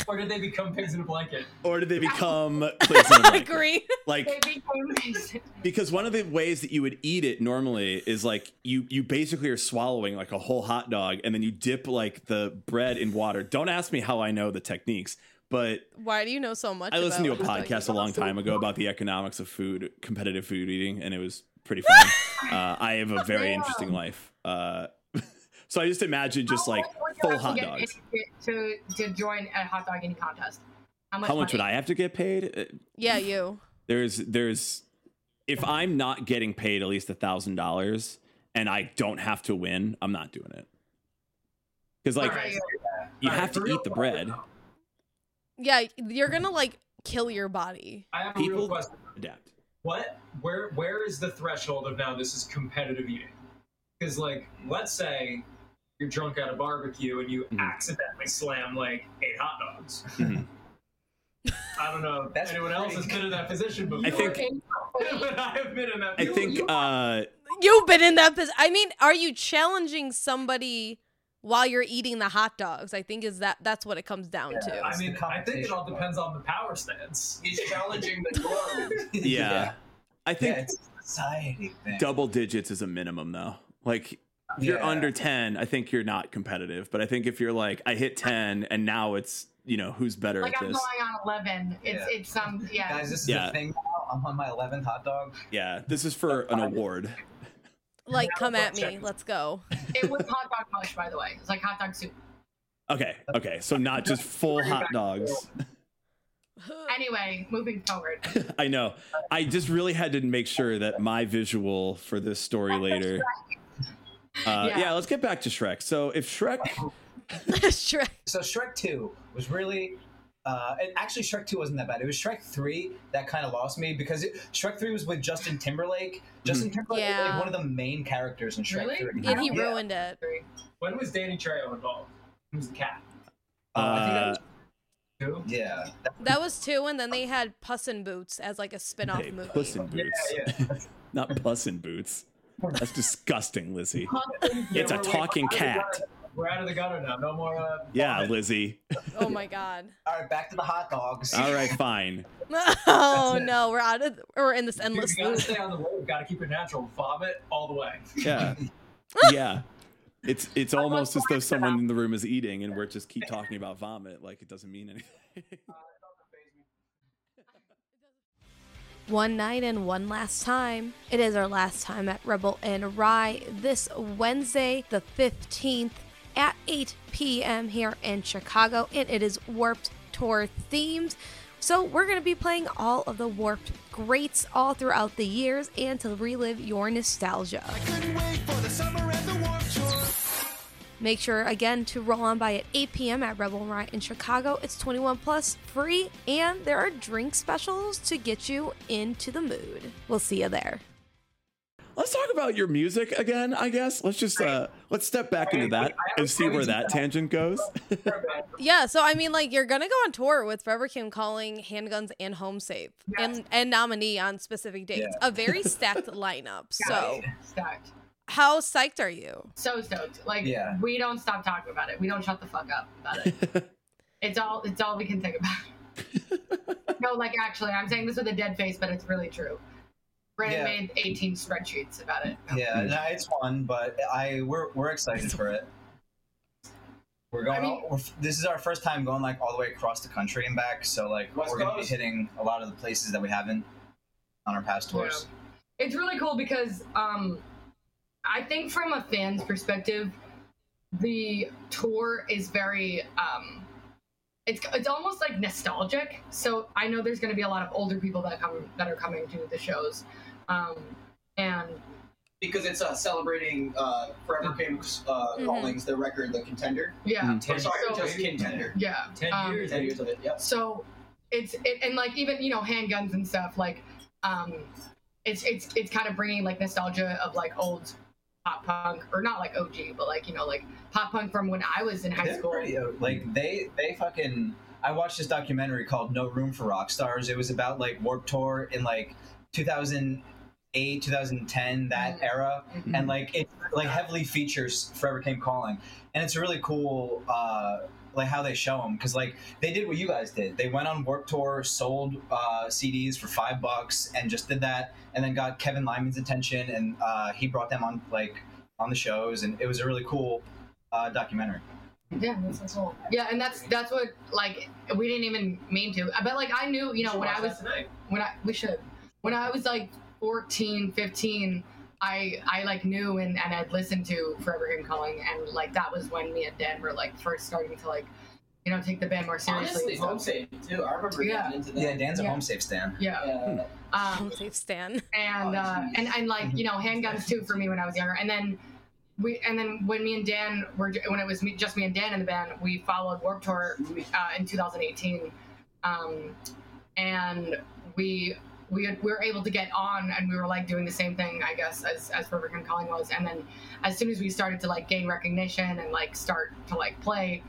or did they become pigs in a blanket?
Or did they become pigs in a blanket?
<laughs> Agree.
They
Like <laughs>
became
because one of the ways that you would eat it normally is like you you basically are swallowing like a whole hot dog and then you dip like the bread in water. Don't ask me how I know the techniques, but
Why do you know so much?
I listened to a
about what you're
podcast a
talking
long time ago about the economics of food, competitive food eating, and it was
<laughs>
pretty fun. uh, I have a very interesting life. Uh, <laughs> so I just imagine just like
How much would you
full
have to
hot
get
dogs.
to to join a hot dog eating contest?
How much would I
money?
have to get paid? Uh,
Yeah, you.
There's there's if I'm not getting paid at least a thousand dollars and I don't have to win, I'm not doing it. Because like
Alright.
you
Alright,
have to
for real
eat the bread.
question, though.
Yeah, you're gonna like kill your body.
I have a
People-
real question.
Adapt.
What? Where? Where is the threshold of now? This is competitive eating. Because like, let's say you're drunk at a barbecue and you
Mhm.
accidentally slam like eight hot dogs.
Mhm.
I don't know if
That's
anyone else has
pretty-
been in that position before.
I think-
<laughs> but I have been in that.
I
position.
think uh
You've been in that position. I mean, are you challenging somebody while you're eating the hot dogs? I think is that that's what it comes down to.
I mean,
It's the
I think it all
competition.
depends on the power stance.
He's challenging the norm.
yeah. I
Yeah,
think
it's a society thing.
double digits is a minimum though. Like if you're
Yeah.
under 10, I think you're not competitive, but I think if you're like I hit 10 and now it's, you know, who's better
Like
at
I'm
this.
going on eleven. It's
Yeah.
it's some yeah.
Guys, this is
Yeah.
the thing now. I'm on my 11th hot dog.
Yeah, this is for an award.
Like, come at
check.
me. Let's go.
it was hot dog mush, by the way. It's like hot dog soup.
Okay, okay. So not just full hot dogs.
<laughs>
Anyway, moving forward.
<laughs> I know. I just really had to make sure that my visual for this story later. Uh, yeah.
Yeah.
let's get back to Shrek. So if Shrek,
Shrek.
So Shrek 2 was really. Uh, and actually, Shrek 2 wasn't that bad. It was Shrek 3 that kind of lost me because it, Shrek 3 was with Justin Timberlake. Justin Timberlake was
Yeah.
like one of the main characters in Shrek
Really?
3.
Yeah, he ruined it.
When was Danny Trejo involved? Who's the cat?
Uh, I think that
uh,
was-
Who?
yeah.
That was two, and then they had Puss in Boots as like a spin-off
hey,
movie.
Puss in
Yeah,
Boots,
yeah.
<laughs> not Puss in Boots. That's disgusting, Lizzie.
Yeah,
It's a
we're- we're
talking
out of the
cat.
gutter. We're out of the gutter now. No more. Uh,
Yeah, Lizzie.
Oh my god. <laughs>
All right, back to the hot dogs. <laughs>
All
<laughs>
right, fine.
Oh no, we're out of we're in this endless
Dude, you gotta
loop.
stay on the road. Gotta keep it natural. Vomit all the way.
Yeah, yeah. It's it's almost as though someone in the room is eating, and we're just keep talking about vomit like it doesn't mean anything.
One night and one last time. It is our last time at Rebel and Rye this Wednesday, the 15th at 8 p.m. here in Chicago, and it is Warped Tour themed. So, we're going to be playing all of the Warped greats all throughout the years and to relive your nostalgia. Make sure again to roll on by at 8 p.m. at Rebel and Riot in Chicago. It's 21 plus, free, and there are drink specials to get you into the mood. We'll see you there.
Let's talk about your music again, I guess. Let's just uh let's step back into that and see where that tangent
<laughs>
goes.
Yeah, so I mean, like you're gonna go on tour with Forever Kim calling handguns and home safe and and nominee on specific dates. A very stacked lineup. So
Stoked.
how psyched are you?
So stoked. Like
Yeah.
we don't stop talking about it. We don't shut the fuck up about it.
<laughs>
it's all it's all we can think
<laughs>
about. no, like actually, I'm saying this with a dead face, but it's really true. Brandon
Yeah.
made 18 spreadsheets about it.
Yeah, no, it's fun, but I we're we're excited for it. We're going.
I mean-
all, we're, this is our first time going like all the way across the country and back. So like
West
we're gonna be
Coast.
hitting a lot of the places that we haven't on our past tours.
It's really cool because um, I think from a fan's perspective, the tour is very um, it's it's almost like nostalgic. So I know there's going to be a lot of older people that come that are coming to the shows, um, and
because it's uh, celebrating uh, Forever Came uh,
Mm-hmm.
Mhm.
Callings, their record, The Contender.
yeah,
Ten
Or sorry,
So-
just Contender.
yeah.
Ten
um,
years.
Ten years of it, yep.
so it's it, and like even you know handguns and stuff like um it's it's it's kind of bringing like nostalgia of like old pop punk or not like og but like you know like pop punk from when i was in high
They're
school
pretty, uh, like they they fucking. I watched this documentary called No Room for Rock Stars. It was about like Warp Tour in like 2008 2008, 2010, that
Mhm.
era,
Mhm.
and like it like heavily features Forever Came Calling, and it's a really cool uh, like how they show them because like they did what you guys did. They went on Warp Tour, sold uh, CDs for five bucks, and just did that, and then got Kevin Lyman's attention, and uh, he brought them on like on the shows, and it was a really cool uh, documentary.
Yeah, that's what's all. Yeah, and that's that's what like we didn't even mean to. I bet like I knew, you know,
Should
when
watch
I
that
was
tonight.
when I we should when I was like 14, 15, I I like knew and and I'd listened to Forever Him Calling and like that was when me and Dan were like first starting to like you know take the band more seriously.
Honestly,
and stuff.
home safe too. I remember
Yeah.
getting into that.
Yeah, Dan's a
Yeah.
home safe stand.
yeah.
Yeah.
Um,
Don't save Stan.
and
Oh,
uh,
geez.
and and like you know handguns too for me when I was younger. And then we and then when me and Dan were when it was me, just me and Dan in the band, we followed Warp Tour uh, in 2018, um, and we. We, we were able to get on and we were like doing the same thing i guess as as Rubicon calling was and then as soon as we started to like gain recognition and like start to like play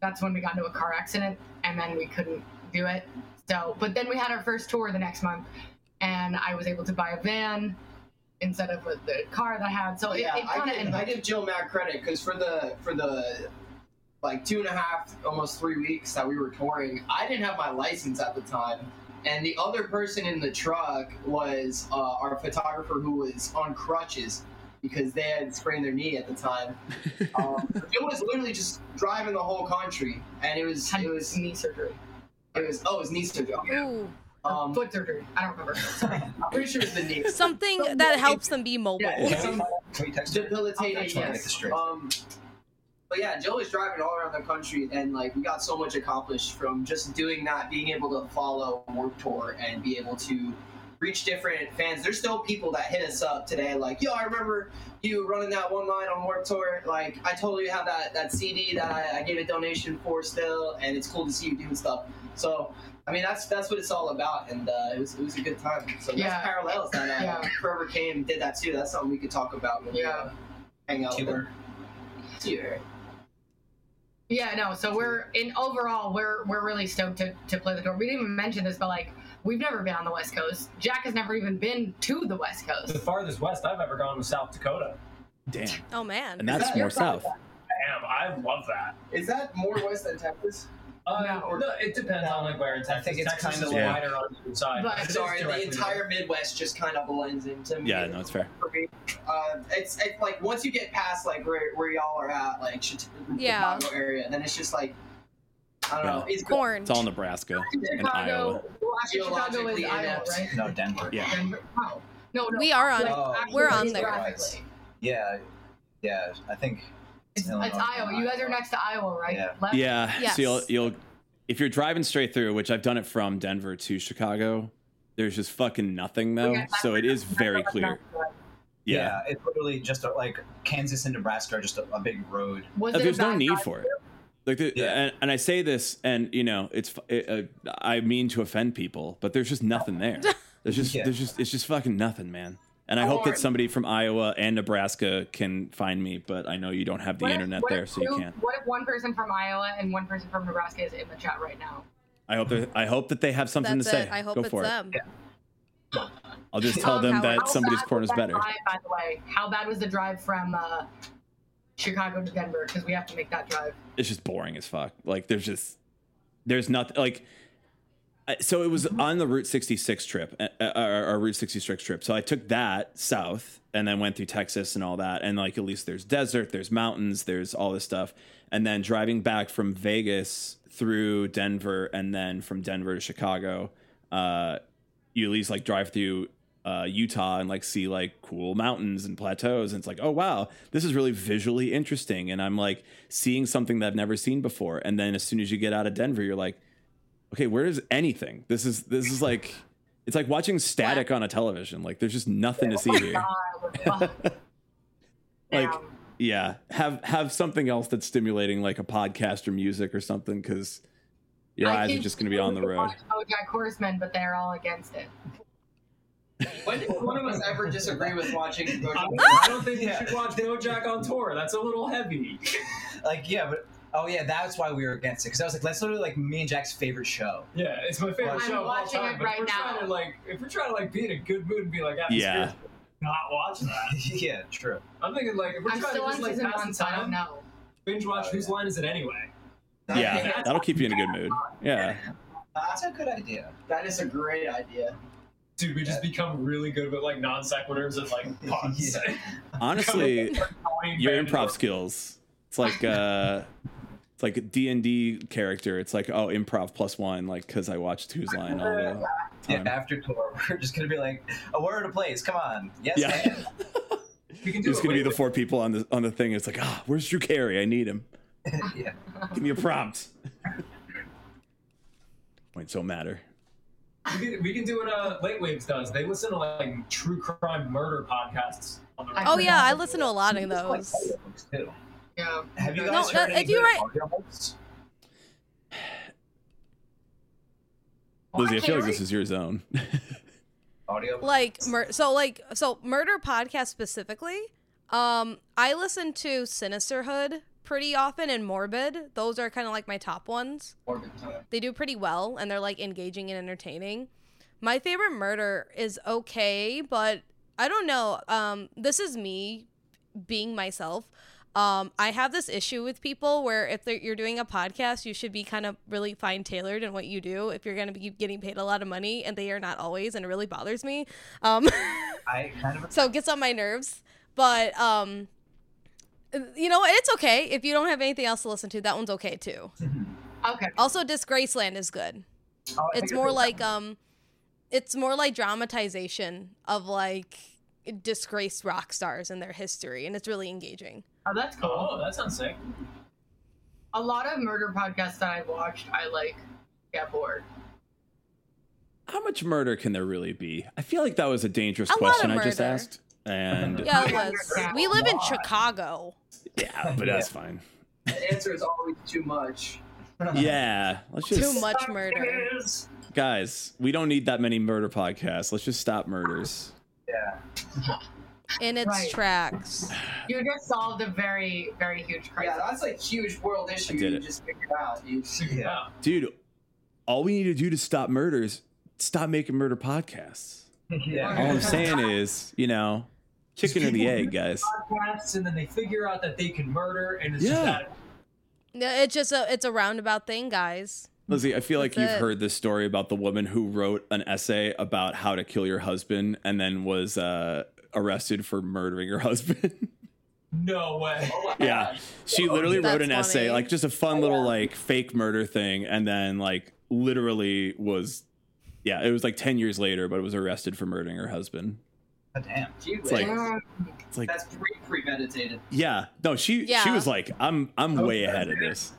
that's when we got into a car accident and then we couldn't do it so but then we had our first tour the next month and I was able to buy a van instead of with the car that I had. So it,
yeah,
it
I
kind of
give,
ended
I
up.
give Jill Mac credit because for the for the like two and a half, almost three weeks that we were touring, I didn't have my license at the time, and the other person in the truck was uh, our photographer who was on crutches because they had sprained their knee at the time. Um, it was literally just driving the whole country, and it was
had
it was
knee surgery,
it was oh it was knee surgery. Okay.
Ooh,
or
Um,
foot surgery. I don't remember.
I'm pretty sure it was the knee.
something that helps them be mobile.
Yeah,
Can we-
it's some
can we text her?
Okay,
Trying
debilitating.
to get
Yes.
this straight.
Um, but yeah, Joe was driving all around the country, and like we got so much accomplished from just doing that, being able to follow Warp Tour and be able to reach different fans. There's still people that hit us up today, like, yo, I remember you running that one line on Warp Tour. Like, I totally have that that CD that I, I gave a donation for still, and it's cool to see you doing stuff. So. I mean that's that's what it's all about, and uh, it was it was a good time. So there's
Yeah.
parallels that uh,
Yeah.
Forever Came did that too. That's something we could talk about when we
Yeah.
uh, hang out with
Keyword.
them. Here.
yeah, no. So we're in overall, we're we're really stoked to, to play the tour. We didn't even mention this, but like we've never been on the West Coast. Jack has never even been to the West
The
Coast.
farthest west I've ever gone was South Dakota.
Damn.
Oh man.
And that's
that-
more south.
Damn, I love that.
Is that more west than Texas?
Uh,
No.
no, it depends on like where in Texas.
think it's
Texas
kind
is
of
like-
wider on the side.
But-
It is
Sorry, the
directly
entire Midwest just kind of blends into me.
Yeah, no, it's fair.
For me. Uh, it's, it's like once you get past like where, where y'all are at, like Chit-
Yeah.
Chicago area, then it's just like I don't know. It's
Corn.
It's all Nebraska and Iowa.
Chicago, well, actually, Chicago
Geologically
is Iowa,
inept.
right?
No, Denver.
<laughs> Yeah.
Denver- oh, No, no.
We are on.
like,
Oh,
actually,
we're on there.
geographically.
Yeah, yeah. I think
It's,
Illinois.
it's Iowa. You guys are next to Iowa, right?
Yeah.
Left?
Yeah.
Yes.
So you'll you'll if you're driving straight through, which I've done it from Denver to Chicago, there's just fucking nothing though.
Okay.
So it is very clear. Yeah.
Yeah, it's literally just a, like Kansas and Nebraska are just a, a big road.
Was
Uh,
it
there's
a
no
bad
need
drive?
for it. Like the,
Yeah.
and, and I say this, and you know, it's fu- uh, uh, I mean to offend people, but there's just nothing
<laughs>
there. There's just
Yeah.
there's just it's just fucking nothing, man. And I hope that
Corn.
somebody from Iowa and Nebraska can find me, but I know you don't have the
What if-
internet
what if
there, so you
two-
can't.
What if one person from Iowa and one person from Nebraska is in the chat right now?
I hope that I hope that they have something
That's
to say.
it. I hope
Go
it's
for
them.
it. I'll just
Oh,
tell them
Howard.
that
How
somebody's
bad
corn
was
is
that
better.
drive, by the way, how bad was the drive from uh, Chicago to Denver? Because we have to make that drive.
it's just boring as fuck. Like there's just there's nothing like. I- So it was on the Route 66 trip, uh, uh, our, our Route 66 trip. So I took that south and then went through Texas and all that. And like at least there's desert, there's mountains, there's all this stuff. And then driving back from Vegas through Denver and then from Denver to Chicago, uh, you at least like drive through uh, Utah and like see like cool mountains and plateaus. And it's like, oh wow, this is really visually interesting. And I'm like seeing something that I've never seen before. And then as soon as you get out of Denver, you're like, okay, where is anything? This is this is like it's like watching static on a television. Like there's just nothing to see here. <laughs>
Uh, fuck,
Like
damn.
yeah, have have something else that's stimulating like a podcast or music or something because your
I
eyes are
think
just going to be on the
people
road.
want BoJack Horseman, but they're all against it.
When did one of us ever disagree with watching
<laughs>
I,
Gojo?
<laughs>
I don't think
Yeah.
you should watch Bojack on tour. That's a little heavy.
Like, yeah, but oh yeah, that's why we were against it because I was like, that's literally like me and Jack's favorite show. <laughs>
Yeah, it's my favorite
I'm
show. of all
watching
time,
it
but
right
if we're
now.
Trying to, like, if we're trying to like be in a good mood and be like, ah, this
Yeah.
feels- not watch that.
yeah, true.
I'm thinking like if we're
I'm
trying to
still
just
on
like
season
pass
one,
the
so I don't
time,
know.
binge watch
Oh,
whose
yeah.
line is it anyway?
Yeah, that'll keep you in a good mood. Yeah.
Uh, That's a good idea.
That is a great idea.
Dude, we just become really good with like non sequiturs
<laughs>
and like puns. <laughs>
Yeah.
Honestly,
Going
your
back and
improv
forth.
skills. It's like uh it's like a D&D character. It's like oh, improv plus 1 like cuz I watched Who's Line all the
Yeah,
time.
after tour, <laughs> we're just gonna be like, a word of place. Come on. Yes.
Yeah.
ma'am."
We can do
It's
it
going to be
with-
the four people on the on the thing. It's like, "Ah, where's Drew Carey? I need him.
<laughs> yeah.
Give me a prompt." Points don't matter.
We can, we can do what uh, Late Waves does. They listen to like true crime murder podcasts. On the
I-
Oh yeah, I listen to a lot of
Just like
those.
audiobooks, too.
Yeah.
Have you
No,
guys
no,
heard any
if you
good
write-
audiobooks?
Lizzie, I feel like
can't
this is your zone. <laughs>
Audiobooks?
like mur- so like so murder podcast specifically um i listen to sinisterhood pretty often and morbid those are kind of like my top ones
Morbid time.
they do pretty well and they're like engaging and entertaining my favorite murder is okay but i don't know um this is me being myself um i have this issue with people where if they're- you're doing a podcast you should be kind of really fine tailored in what you do if you're going to be getting paid a lot of money and they are not always and it really bothers me um <laughs>
I kind of oh,
so it gets on my nerves but um you know what? it's okay if you don't have anything else to listen to that one's okay too
Okay.
also disgraceland is good
Oh, I think
it's
I
more
heard
like um it's more like dramatization of like disgraced rock stars and their history and it's really engaging
Oh, that's cool.
Oh, that sounds sick.
A lot of murder podcasts that I've watched, I like get bored.
How much murder can there really be? I feel like that was a dangerous
A lot
question
of
I just
murder.
asked. And
yeah it was we live in chicago
<laughs> yeah, but that's fine.
The answer is always too much.
Yeah, let's just
too much murder
guys. We don't need that many murder podcasts. Let's just stop murders.
in its
Right.
tracks
You just solved a very, very huge
Yeah,
crisis.
that's like huge world issue.
did
You
it.
just figured out. You
Yeah.
Wow.
dude. All we need to do to stop murders, stop making murder podcasts.
<laughs> Yeah.
All I'm saying is, you know, chicken and the egg, guys.
Podcasts, and then they figure out that they can murder, and it's
Yeah.
just that
No, it's just a it's a roundabout thing guys
Lizzie, I feel like
That's
you've
it.
heard this story about the woman who wrote an essay about how to kill your husband and then was uh, arrested for murdering her <laughs> husband.
no way.
yeah she literally
That's
wrote an essay
funny.
like just a fun little like fake murder thing and then like literally was yeah it was like 10 years later but was arrested for murdering her husband
Oh, damn.
Gee whiz.
like- it's like
that's pre premeditated.
yeah no she she
Yeah.
was like i'm i'm way ahead of this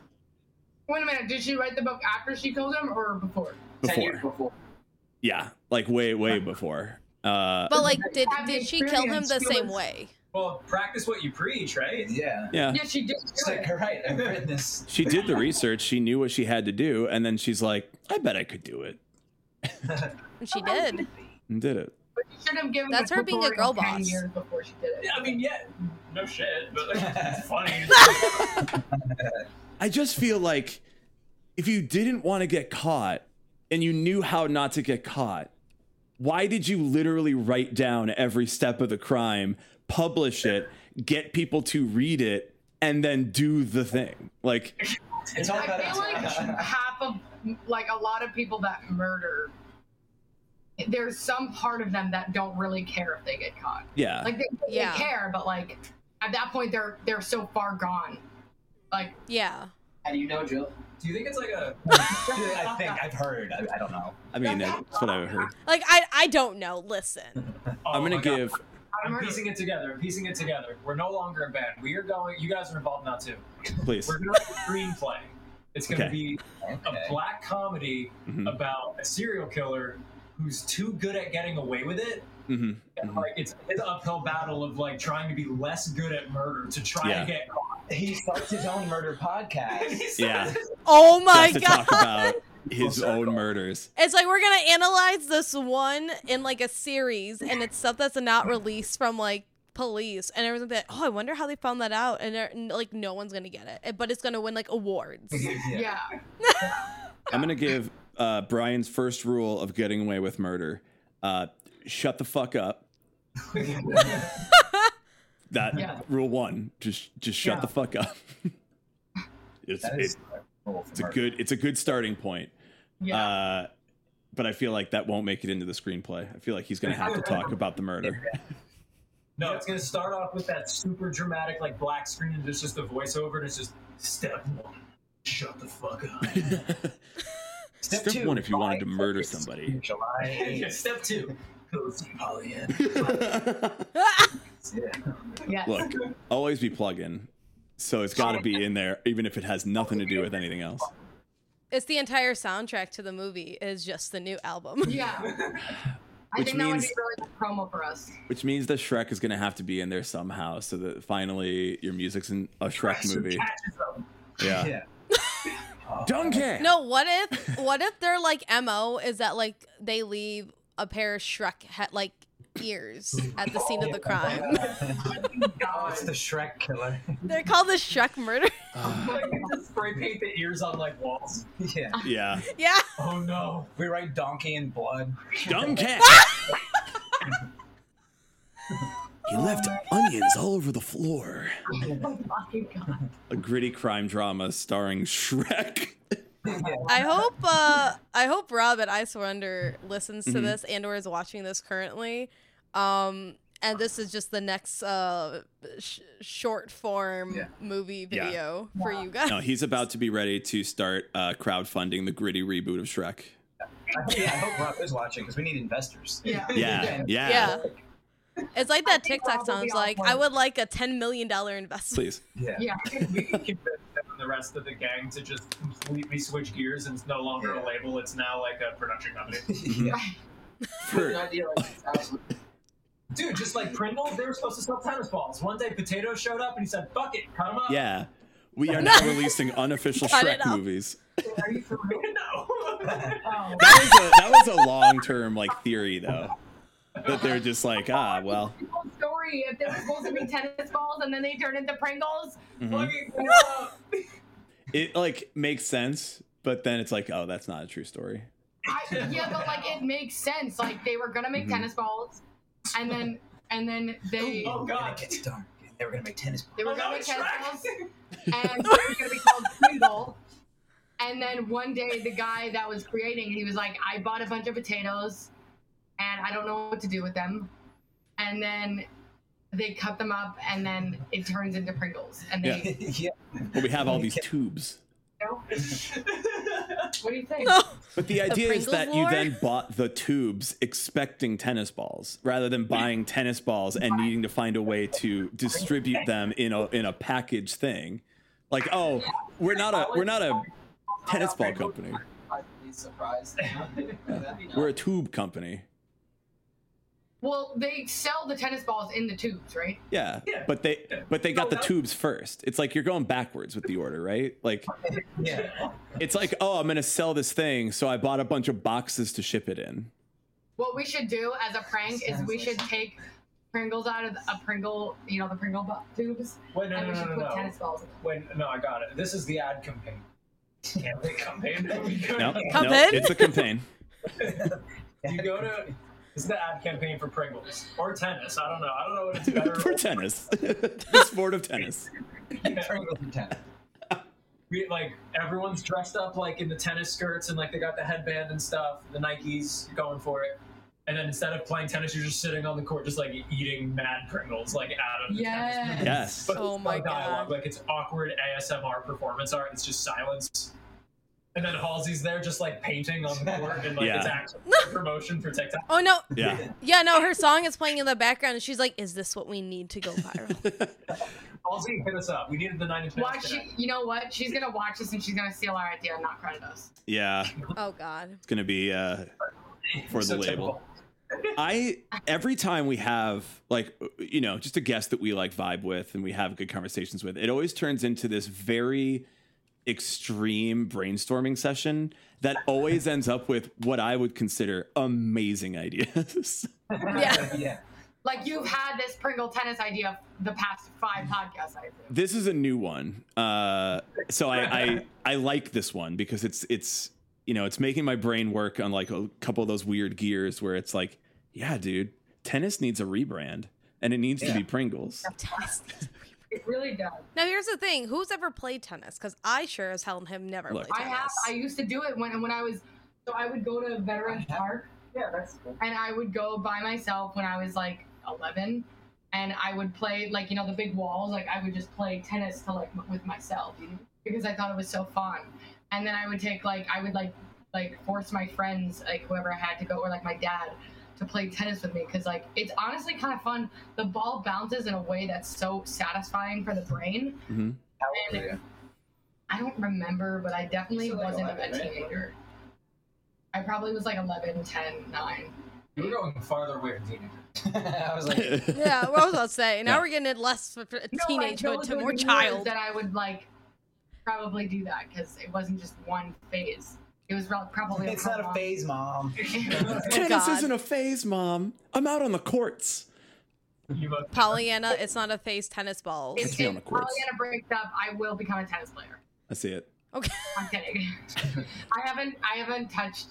Wait a minute, did she write the book after she killed him or before?
Ten years
before
before.
yeah like way way before uh
but like did
Have the
did she kill him the
experience,
same
humans.
way
Well, practice what you preach, right?
Yeah.
yeah
Yeah, she did
It's
do
like,
it.
all right, I've written this.
she did the research she knew what she had to do and then she's like i bet i could do it
and she did
and did it
But she should have given
That's
the
her being a
tutorial
girl
10
boss.
years before she did it.
Yeah, I mean, yeah, no shit, but like,
<laughs>
it's funny.
I just feel like if you didn't want to get caught and you knew how not to get caught, why did you literally write down every step of the crime, publish it, get people to read it, and then do the thing? Like,
It's all about
I feel
<laughs>
like <laughs> half of, like a lot of people that murder, there's some part of them that don't really care if they get caught.
yeah,
Like they, they
Yeah.
care, but like at that point they're they're so far gone. Like
yeah
How do you know, Jill?
Do you think it's like a?
I think I've heard. I, I don't know.
I mean, that's what I've heard.
like i i don't know listen
Oh
<laughs> I'm
my
gonna
God.
give.
I'm
murder.
piecing it together. I'm piecing it together. We're no longer a band. We are going. You guys are involved now too.
Please.
We're gonna write a screenplay. It's gonna
Okay.
be
Okay.
a black comedy
Mhm,
about a serial killer who's too good at getting away with it.
mhm,
And, like it's it's an uphill battle of like trying to be less good at murder to try
Yeah.
to get
He starts his own murder
<laughs>
podcast.
Yeah, <laughs>
oh my
just to
god
talk about his own murders.
It's like we're gonna analyze this one in like a series, and it's stuff that's not released from like police, and everyone's gonna be like, "Oh, I wonder how they found that out," and they're- n- like no one's gonna get it, eh, but it's gonna win like awards. <laughs>
yeah.
I'm gonna give uh, Brian's first rule of getting away with murder: uh, shut the fuck up, That
Yeah.
rule one, just just shut
Yeah.
the fuck up. <laughs> it's
That is
it-
cool
it's a good it's a good starting point.
Yeah.
Uh, but I feel like that won't make it into the screenplay. I feel like he's gonna have to talk about the murder.
No, it's gonna start off with that super dramatic like black screen and there's just a voiceover and it's just step one. Shut the fuck up.
<laughs> Step one if you wanted to
buy
murder
tickets.
somebody.
July
Yeah,
8th.
<laughs> step two. Go see Pollyanna.
<laughs>
Yeah.
yes.
Look, always be plugging. So it's got to be in there, even if it has nothing to do with anything else.
it's the entire soundtrack to the movie is just the new
<laughs>
album.
<laughs> Yeah. I
Which
think that would be
means-
really good promo for <laughs> us.
Which means that Shrek is going to have to be in there somehow, so that finally your music's in a Shrek movie.
Catches them.
Yeah.
Yeah.
Donkey.
No, what if what if their like mo is that like they leave a pair of Shrek he- like ears at the scene of the crime?
Oh, it's the Shrek killer.
They're called the Shrek murder. <laughs>
Like, spray paint the ears on like walls.
Yeah.
Yeah.
yeah,
Oh no.
We write donkey in blood.
<laughs>
Donkey. he left onions all over the floor.
Oh, Fucking God.
A gritty crime drama starring Shrek.
I hope uh I hope Rob at I Surrender listens to
Mhm.
this and or is watching this currently. Um, and this is just the next uh sh- short form
Yeah.
movie
Yeah.
video for you guys.
No, he's about to be ready to start uh, crowdfunding the gritty reboot of Shrek.
I hope, yeah, I hope Rob is watching because we need investors. <laughs>
Yeah.
Yeah. Yeah.
<laughs> Yeah. It's like that
think
TikTok
Rob will be
sounds
on
like
board.
I would like a ten million dollar investment.
Please.
Yeah.
Yeah.
We can convince them and the rest of the gang to just completely switch gears and it's no longer
Yeah.
a label, it's now like a production company.
yeah.
An
For
idea
<laughs>
like this, absolutely.
<laughs> Dude, just like Pringles, they were supposed to sell tennis balls. One day Potato showed up and he said, fuck it, cut 'em up.
yeah. We
<laughs>
are now releasing unofficial
Cut it
Shrek
up.
movies.
Are you for real?
<laughs> no.
Oh.
That was a, that was a long term like theory though. That they're just like, ah, well.
Whole story. If they were supposed to be tennis balls and then they turn into Pringles.
mhm.
Fucking
It like makes sense, but then it's like, oh, that's not a true story.
I, yeah, but like it makes sense. Like they were gonna make
Mhm.
tennis balls, and then and then they
Oh, God.
And it gets dark. And they were gonna make tennis.
they were
Oh,
gonna
no,
make
it's
tennis
Shrek.
balls, and they were gonna be called Pringle. And then one day, the guy that was creating, he was like, "I bought a bunch of potatoes, and I don't know what to do with them." And then they cut them up, and then it turns into Pringles. And they,
yeah.
But we have all these tubes.
what do you think?
But the idea is
Pringles
that you
war?
then bought the tubes expecting tennis balls rather than buying tennis balls and needing to find a way to distribute them in a in a package thing. Like, oh, we're not a we're not a tennis ball company.
<laughs> I'd be surprised. That'd be
<laughs>
nice.
We're a tube company.
Well, they sell the tennis balls in the tubes, right?
Yeah.
Yeah.
But they but they got
No,
the
that-
tubes first. It's like you're going backwards with the order, right? Like
Yeah.
it's like, oh, I'm gonna sell this thing, so I bought a bunch of boxes to ship it in.
What we should do as a prank is
Sounds
we
like
should take Pringles out of the- a Pringle, you know, the Pringle bo- tubes,
<laughs> Wait, no,
and
no,
we
no,
should
no,
put
no.
tennis balls in them.
When, no, I got it. This is the ad campaign. Can't they <laughs> campaign?
No,
Come
no,
in?
it's a
<laughs>
campaign.
You go to. This is the ad campaign for Pringles or tennis. I don't know. I don't know
<laughs>
what it's better.
For tennis. the sport of tennis.
Pringles and tennis.
We, like everyone's dressed up like in the tennis skirts and like they got the headband and stuff. The Nikes going for it. And then instead of playing tennis, you're just sitting on the court, just like eating mad Pringles, like out of the tennis.
Yes.
Yes.
But
Oh
it's
my
no dialogue.
God.
Like it's awkward ASMR performance art. It's just silence. And then Halsey's there, just like painting on the court, and like
Yeah.
<laughs>
it's actually promotion for TikTok.
Oh no,
Yeah.
<laughs>
yeah, no, her song is playing in the background, and she's like, "Is this what we need to go
<laughs>
viral?"
Halsey, hit us up. We needed the nine inch
Watch,
nails.
she,
today.
you know what? She's gonna watch this and she's gonna steal our idea and not credit us.
Yeah,
oh God,
it's gonna be uh, for the
So
label.
typical.
I every time we have like you know just a guest that we like vibe with and we have good conversations with, it always turns into this very extreme brainstorming session that always ends up with what I would consider amazing ideas. <laughs>
yeah, <laughs>
Yeah.
Like you've had this Pringle tennis idea the past five podcasts, I think.
this is a new one, uh, so I, I I like this one because it's it's you know it's making my brain work on like a couple of those weird gears where it's like yeah dude tennis needs a rebrand and it needs to
Yeah.
be Pringles.
It really does.
Now here's the thing: who's ever played tennis? Because I sure as hell have never
Look.
played
I
tennis.
have. I used to do it when when I was. So I would go to Veterans
I have-
Park
Yeah, that's cool.
and I would go by myself when I was like 11, and I would play like you know the big walls. Like I would just play tennis to like m- with myself because I thought it was so fun. And then I would take like I would like like force my friends like whoever I had to go or like my dad to play tennis with me because like it's honestly kind of fun. The ball bounces in a way that's so satisfying for the brain.
Mhm.
How old were you?
I don't remember, but I definitely
So, like,
wasn't
11,
a
right?
teenager. I probably was like 11, 10, 9.
You were going farther away from teenagers.
<laughs> I was like,
Yeah, what was I saying? Now
Yeah.
we're getting it less for, for
No, like,
teenagehood
those
to
were
more
the years
child.
That I would like probably do that because it wasn't just one phase. It was rel- probably
it's not a
prolonged-
phase, mom.
tennis
Oh God.
isn't a phase, mom. I'm out on the courts.
You both
Pollyanna, it's not a face tennis balls.
It's
If,
me on the
if
courts.
Pollyanna breaks up, I will become a tennis player.
I see it.
I'm
<laughs>
kidding. I haven't I haven't touched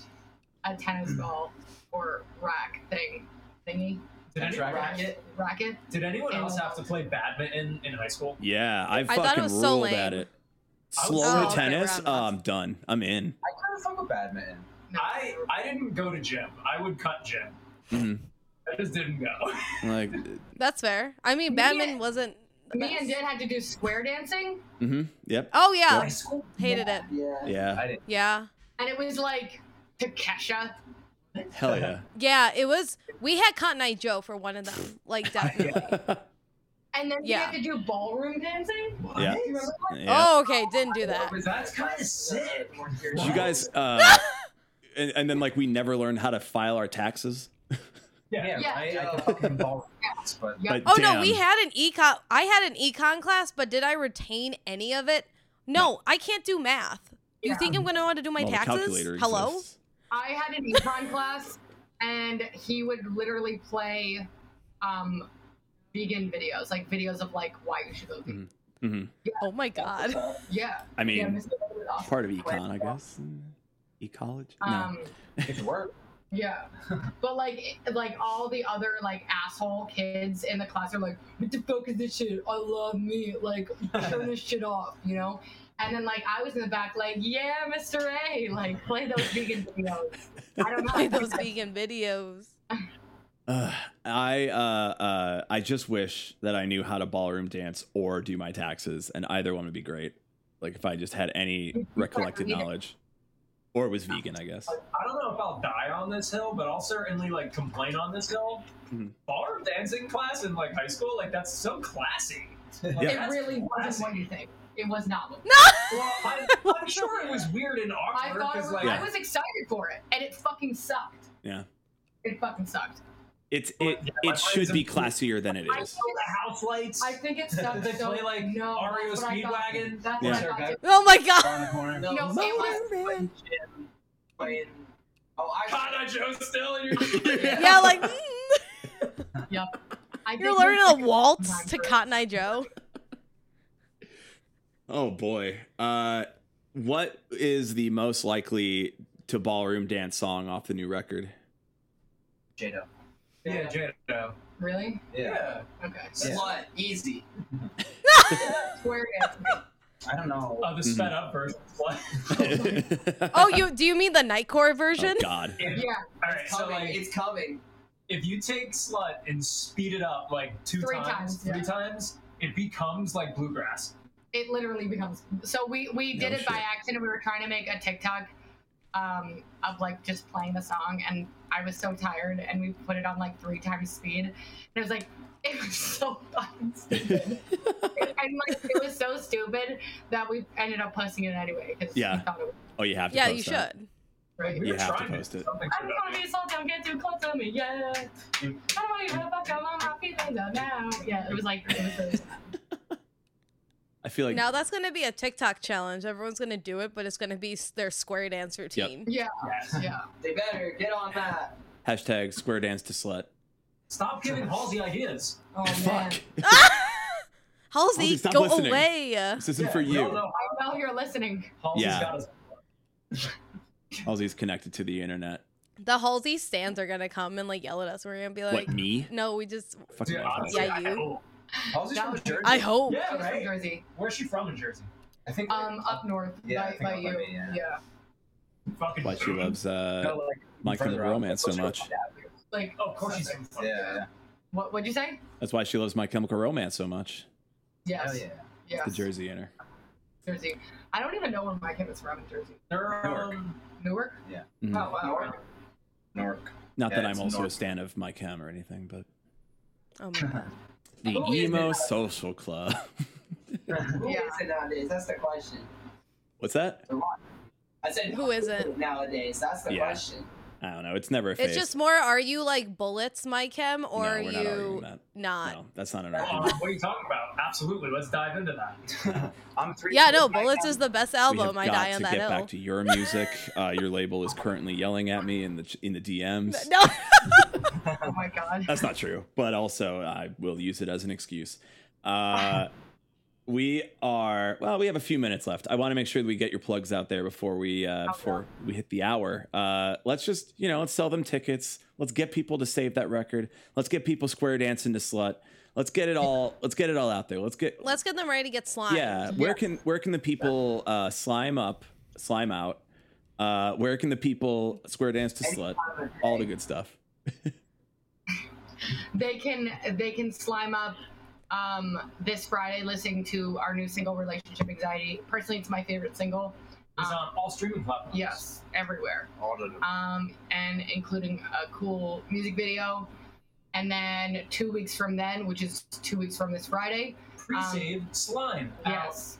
a
Mm.
tennis ball or rack thing thingy
did, any,
Racket.
racket.
did anyone else have to play badminton in high school?
Yeah, I,
thought it
fucking
was
ruled
so
at
lame.
it.
I was-
Slower
Oh, okay,
tennis,
round
oh,
off.
I'm done. I'm in.
I kind of fuck with badminton.
No.
I I didn't go to gym. I would cut gym.
Mhm.
I just didn't go.
Like, mm-hmm.
That's fair. I mean,
Me
Batman
and-
wasn't. the
me and
best.
Dan had to do square dancing,
mm-hmm. Yep.
Oh yeah,
High school?
hated it.
Yeah.
Yeah.
I didn't.
Yeah,
and it was like Takesha.
Hell
<laughs>
yeah.
yeah. It was. We had Cotton Eye Joe for one of them.
<laughs>
Like definitely.
And then
Yeah.
you had to do ballroom dancing.
Yeah.
Do you remember that?
yeah.
Oh, okay. Didn't do that.
That's uh, kind of sick.
Did you guys,
<laughs>
uh, and, and then like we never learned how to file our taxes.
Yeah,
Yeah.
right? I could fucking ball <laughs> rats, but
Yeah.
But
Oh
damn,
no, we had an econ. I had an econ class, but did I retain any of it? No, I can't do math. You
Yeah.
think I'm gonna know how to do my
well, the
taxes?
calculator
Hello.
exists.
I had an econ class, and he would literally play um, vegan videos, like videos of like why you should go vegan.
Mhm.
Oh
<laughs>
my god. <laughs>
Yeah,
Mm-hmm. I mean,
yeah, Mr. Bell was awesome.
part of econ, I guess. Mm-hmm. Ecology. No.
Um,
it worked.
yeah, but like, it- like all the other like asshole kids in the class are like, "What the fuck is this shit? I love me, like turn this shit off," you know. And then like I was in the back, like, "Yeah, Mr. A, like play those vegan videos."
<laughs>
I don't know.
Play those vegan videos.
Ugh. I uh, uh, I just wish that I knew how to ballroom dance or do my taxes, and either one would be great. Like if I just had any recollected
Either.
knowledge, or was vegan, I guess.
I don't know if I'll die on this hill, but I'll certainly like complain on this hill.
Mhm.
Ballroom dancing class in like high school, like that's so classy. Like,
Yeah.
It
that's
really wasn't
classy.
what you think. It was not. What
Well, I,
<laughs>
I'm sure it was weird and
I
awkward
thought it
because
was,
like
I was excited for it, and it fucking sucked.
Yeah.
It fucking sucked.
It's it it should be classier than it
I,
is.
the house lights.
I think it sucked.
<laughs> They
so,
play, like,
no,
REO
that's what I thought.
Speedwagon?
That's
Yeah.
what I thought.
Oh my god.
Around the corner.
No, it was.
Playing gym, playing. Oh, I. <laughs>
God, I Joe still in your
Yeah, like mm,
I
you're
think
learning
it's
a
like-
waltz to Cotton Eye Joe.
Oh boy. Uh, what is the most likely to ballroom dance song off the new
<laughs>
record?
Jada.
<laughs> Yeah, Jado.
Really?
Yeah.
Okay.
Yeah.
Slut, easy.
Square dance.
I don't know.
Oh, the
Mhm.
sped up version. <laughs> What?
oh
Oh,
<laughs>
you do you mean the Nightcore version?
God.
Yeah,
All right, so
Coming,
like,
it's coming.
if you take slut and speed it up like two
Three
times,
times,
three
yeah.
times, it becomes like bluegrass.
it literally becomes. So we we did
No
it by
shit.
accident. We were trying to make a TikTok um, of like just playing the song, and I was so tired, and we put it on like three times speed, and it was like it was so fucking stupid. <laughs> and like it was so stupid that we ended up posting it anyway because
Yeah.
we thought it was
oh, you have to.
Yeah,
post
you
that.
should.
right.
You
were
have to
trying do
post it.
something
I
for
don't want to
that.
be so don't get too close to me, yeah. I don't want you to fuck up all my feelings out now. Yeah, it was like it was really sad.
I feel like
now that's gonna be a TikTok challenge. Everyone's gonna do it, but it's gonna be s- their square dance routine.
Yes.
yeah.
They better get on that.
hashtag square dance to slut. <laughs>
Stop giving Halsey ideas.
Oh man.
Fuck.
Halsey,
stop
go
listening.
away.
This isn't
Yeah,
for
we all
you.
know
I know you're listening.
Halsey's
Yeah.
got us.
Halsey's connected to the internet.
The Halsey stands are gonna come and like yell at us. We're gonna be like,
what me?
no, we just.
Fucking
Dude,
love
honestly,
that.
Yeah,
I-
you.
Halsey's
That
from
was-
Jersey.
I hope.
Yeah,
She's from
right?
Jersey.
Where's she from in Jersey?
I think.
uh,
Um, up north,
Yeah, I
by,
think
by
up by
you.
me, yeah.
Fucking
Why she loves uh,
No, like,
My
further
Chemical
up.
Romance so much.
Like,
Oh, of course she's from.
Yeah, yeah.
what? What'd you say?
That's why she loves My Chemical Romance so much.
Yes.
Hell yeah.
Yes.
The Jersey in her.
Jersey. I don't even know where my kid is from in Jersey.
They're,
Newark.
um,
Newark.
Mhm.
Oh wow.
Newark.
Newark.
Not
Yeah,
that
it's
I'm also
north.
a stan of My Chem or anything, but <laughs>
Oh my god.
the
Who is
emo
it?
social club. <laughs>
Who is
Yeah.
it nowadays? That's the question.
What's that?
I said
Who is it?
<laughs> nowadays? That's the
Yeah.
question.
I don't know. It's never a phase.
It's just more. Are you like bullets, my chem,
no,
or are
we're not arguing
you
that.
not?
No, that's not an
oh,
argument.
what are you talking about? Absolutely. Let's dive into that.
<laughs> I'm three.
Yeah, no. Bullets is the best
we have
album. I
got
die on
to
that
get
hill.
back to your music. Uh, your label is currently yelling at me in the
<laughs>
in the DMs.
no.
Oh my god.
That's not true, but also I will use it as an excuse. Uh, we are well. We have a few minutes left. I want to make sure that we get your plugs out there before we uh, before we hit the hour. Uh, let's just you know let's sell them tickets. Let's get people to save that record. Let's get people square dancing to slut. Let's get it all. Let's get it all out there. Let's get
Let's get them ready to get slimed.
yeah. Where can where can the people uh, slime up, slime out? Uh, where can the people square dance to slut? All the good stuff.
They can they can slime up um this Friday listening to our new single Relationship Anxiety. Personally it's my favorite single.
It's on all streaming platforms.
Uh, Yes, everywhere.
Auditor.
um, and including a cool music video. And then two weeks from then, which is two weeks from this Friday,
Pre-save slime.
Um, yes,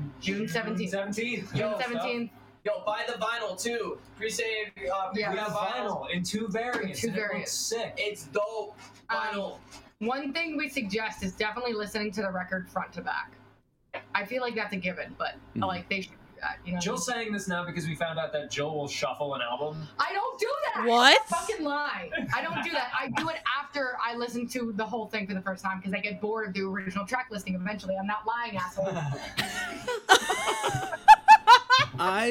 out
June 17th.
17th.
June
Yo,
seventeenth,
Yo, buy the vinyl too. Pre-save. Uh,
Yeah.
We
pre-save
have vinyl in two variants.
Two
and it looks
variants.
Sick.
It's dope. Vinyl.
One thing we suggest is definitely listening to the record front to back. I feel like that's a given, but
Mhm.
like they should do that. You know,
Jill's saying this now because we found out that Jill will shuffle an <laughs> album.
I don't do that.
What?
Fucking lie! I don't do that. I do it after I listen to the whole thing for the first time because I get bored of the original track listing. Eventually, I'm not lying, asshole.
I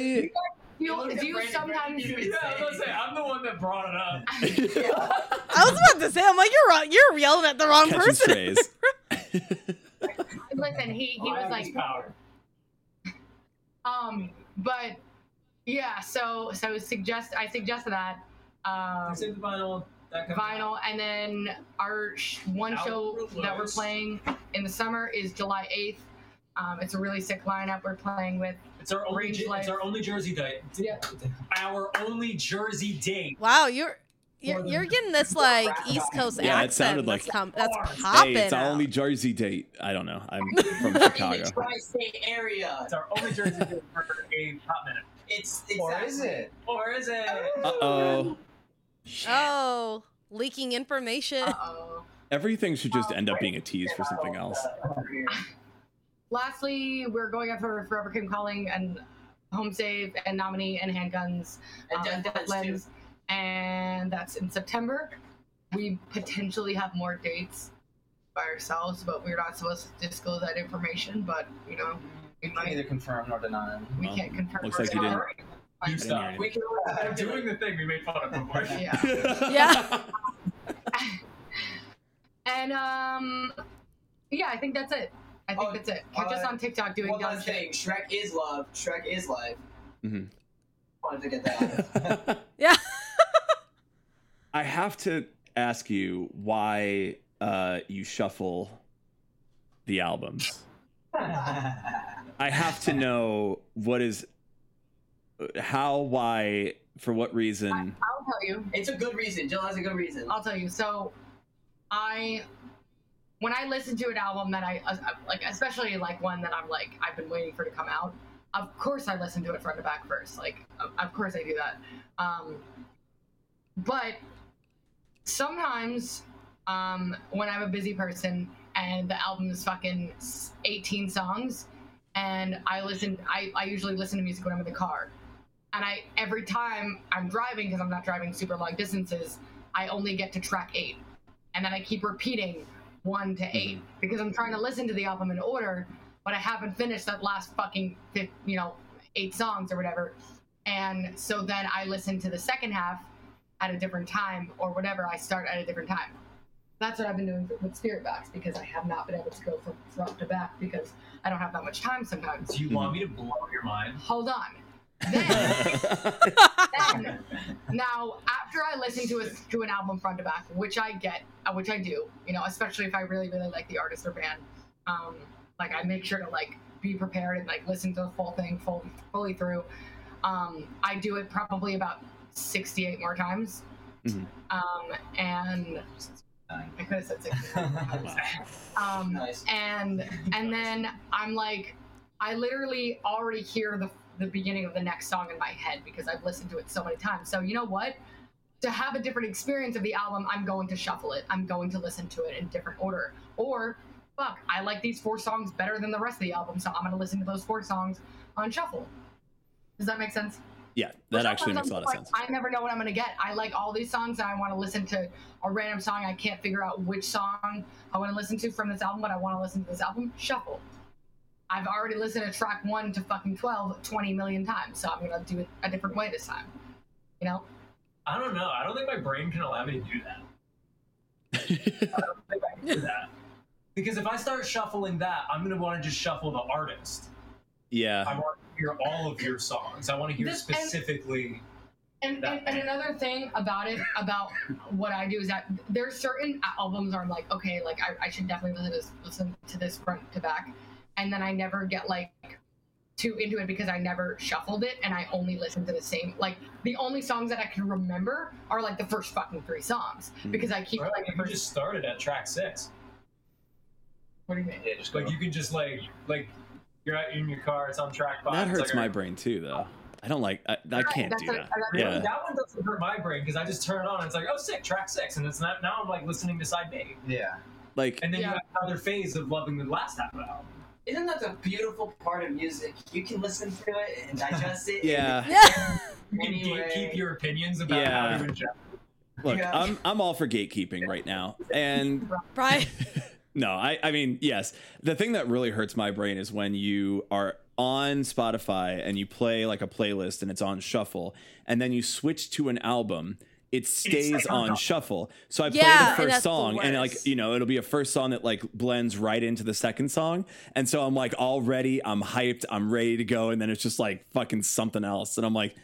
Do you, do you sometimes?
I'm the one that brought it up.
<laughs>
I was about to say. I'm like, you're wrong. You're yelling at the wrong
catching
person. <laughs>
strays.
Listen, <laughs> he he was like,
<laughs> power.
Um, but yeah, so so suggest I suggest that um,
Save Uh, the vinyl. That comes out.
vinyl, and then our sh- one show that we're playing in the summer is July eighth. Um, it's a really sick lineup. We're playing with
It's our only.
Range
Ju-
life.
It's our only Jersey date.
Yeah.
Our only Jersey date.
Wow, you're. You're,
More
you're getting this like East Coast
Yeah, it
accent.
sounded
that's
like-
com- that's
Hey, it's
Hey,
popping.
it's our <laughs>
out.
only Jersey date. I don't know. I'm
<laughs>
from
In the
Chicago.
tri-state area.
It's our only Jersey
<laughs>
date for a hot minute.
It's
Or
exactly.
is it?
Or is it?
Uh oh.
Oh, leaking information.
Uh, uh-oh.
Everything should just end up being a tease for something else.
Lastly, we're going up for Forever Kim Calling and Home Save and Nominee and Handguns
And
um,
Death Lens,
Lens, and that's in September. We potentially have more dates by ourselves, but we're not supposed to disclose that information. But you know,
We
we
can
might,
neither confirm nor deny. <laughs>
we
Well,
can't confirm.
looks
or
like you didn't-
deny.
You
didn't hear
stop.
anything.
We can, we're doing the thing we made fun of before.
Yeah.
<laughs>
<laughs>
Yeah.
And um, yeah, I think that's it. I think
Oh,
that's it. Catch us
uh,
on TikTok doing
One
dumb
last
shit.
thing. Shrek is love. Shrek is life.
Mhm.
Wanted to get that. out there.
yeah.
I have to ask you why uh, you shuffle the albums. I have to know what is, how, why, for what reason.
I'll tell you.
It's a good reason. Jill has a good reason.
I'll tell you. So, I when I listen to an album that I uh, like, especially like one that I'm like I've been waiting for to come out. Of course, I listen to it front to back first. Like, of, of course I do that. Um, but sometimes um, when I'm a busy person and the album is fucking s- 18 songs, and I listen, I, I usually listen to music when I'm in the car. And I every time I'm driving because I'm not driving super long distances, I only get to track eight, and then I keep repeating one to 8 because I'm trying to listen to the album in order, but I haven't finished that last fucking fif- you know eight songs or whatever. And so then I listen to the second half, at a different time or whatever, I start at a different time. That's what I've been doing with Spirit Box because I have not been able to go from front to back because I don't have that much time sometimes.
<laughs> Do you want me to blow your mind?
Hold on. Then, then now after I listen to a, to an album front to back, which I get, uh, which I do, you know, especially if I really really like the artist or band, um, like I make sure to like be prepared and like listen to the full thing full, fully through. Um, I do it probably about sixty eight more times,
Mhm.
um, and I could have said sixty eight more times. Um,
Nice.
and and then I'm like, I literally already hear the the beginning of the next song in my head because I've listened to it so many times. So you know what? To have a different experience of the album, I'm going to shuffle it. I'm going to listen to it in different order. Or, fuck, I like these four songs better than the rest of the album, so I'm gonna listen to those four songs on shuffle. Does that make sense?
<laughs> Yeah, that
Sometimes
actually
I'm
makes a lot of
like,
sense.
I never know what I'm gonna get. I like all these songs, and I want to listen to a random song. I can't figure out which song I want to listen to from this album, but I want to listen to this album. Shuffle. I've already listened to track one to fucking 12 20 million times, so I'm gonna do it a different way this time. You know?
I don't know. I don't think my brain can allow me to do <laughs> that. I can do that. Because if I start shuffling that, I'm gonna want to just shuffle the artist. I
yeah.
want to hear all of your songs. I want to hear
This- and-
specifically.
And, and, and another thing about it, about what I do is that there's certain albums where I'm like, okay, like I, I should definitely listen to this, listen to this front to back, and then I never get like too into it because I never shuffled it and I only listen to the same. Like the only songs that I can remember are like the first fucking three songs because I keep
Bro,
like the
you
first.
just started at track six.
what do you mean?
Yeah, just go.
Uh-huh.
Like you can just like like you're out in your car. It's on track five.
That
it's
hurts
like,
my
alright,
brain too, though. I don't like. I, I can't
That's
do
what-
that.
that's
Yeah.
what-
That one doesn't hurt my brain because I just turn it on. It's like, oh, sick, track six, and it's not, now I'm like listening to side B,
yeah.
Like,
and then
Yeah.
you have another phase of loving the last half of the album.
Isn't that the beautiful part of music? You can listen to it and digest
<laughs>
it.
yeah.
Yeah.
You can
Anyway.
gatekeep your opinions about
Yeah.
how you ingest.
Look,
Yeah.
I'm I'm all for gatekeeping right now, and
Brian.
no, I I mean yes. The thing that really hurts my brain is when you are on Spotify and you play like a playlist and it's on shuffle, and then you switch to an album. It stays
like on
on shuffle. So I
Yeah, and
play the
that's
first
the
song, and like
worst.
you know, it'll be a first song that like blends right into the second song, and so I'm like already, I'm hyped, I'm ready to go, and then it's just like fucking something else, and I'm like,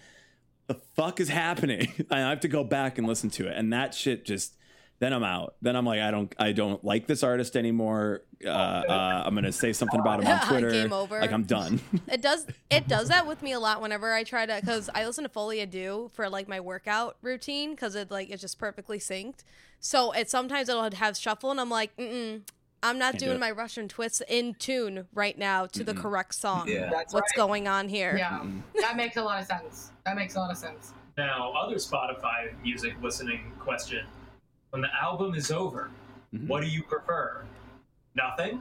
the fuck is happening? <laughs> And I have to go back and listen to it, and that shit just then I'm out. Then I'm like, I don't, I don't like this artist anymore. Uh, uh, <laughs> I'm gonna say something about him on Twitter.
<laughs> Game over.
Like I'm done.
It does it does that with me a lot whenever I try to because I listen to Folia Do for like my workout routine because it like it's just perfectly synced. So it sometimes it'll have shuffle and I'm like, mm I'm not
Can't do
doing
it.
my Russian twists in tune right now to the
Mm-mm.
correct song.
Yeah.
That's
What's
right.
going on here?
Yeah, that makes a lot of sense. That makes a lot of sense.
Now, other Spotify music listening question: When the album is over,
Mhm.
what do you prefer? Nothing,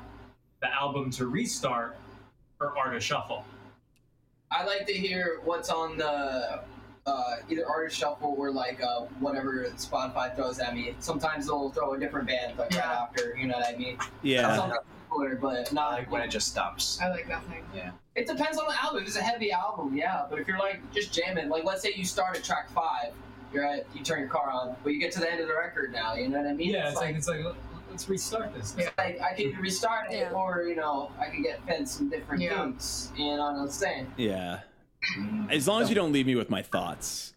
the album to restart, or artist shuffle?
I like to hear what's on the uh, either artist shuffle or like uh, whatever Spotify throws at me. Sometimes they'll throw a different band like right
Yeah.
after. You know what I mean?
yeah,
Sometimes cooler, but
I
not
like when it just stops.
I like nothing.
It depends on the album. If it's a heavy album, yeah. But if you're like just jamming, like let's say you start at track five, you're at you turn your car on, but you get to the end of the record now. You know what I mean?
Yeah, it's like it's like let's restart this.
Yeah.
like I can restart it,
Yeah.
or you know I can get fed some different
Yeah.
tunes. You know what I'm saying?
yeah.
Mm.
As long as you don't leave me with my thoughts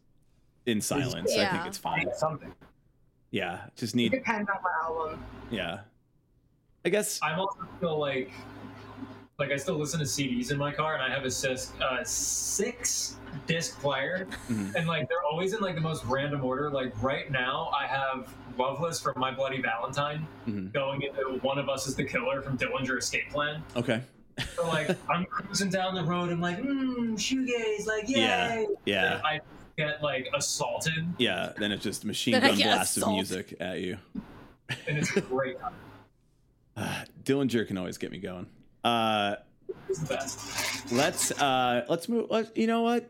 in silence, I think
Yeah.
it's fine.
Something.
Yeah, just
It
need.
depends on what album.
Yeah, I guess.
I'm also still like, like I still listen to CDs in my car, and I have a six, uh, six disc player,
Mhm.
and like they're always in like the most random order. Like right now, I have Loveless from My Bloody Valentine
Mhm.
going into One of Us is the Killer from Dillinger Escape Plan.
Okay. <laughs>
So like I'm cruising down the road, I'm like, mmm, shoegaze, like yay.
Yeah. Yeah.
And I get like assaulted,
Yeah. Then it's just machine
Then I
gun
get
blasts of
assaulted.
music at you.
and it's great.
Uh, Dillinger can always get me going. Uh,
It's the best.
let's uh let's move let, you know what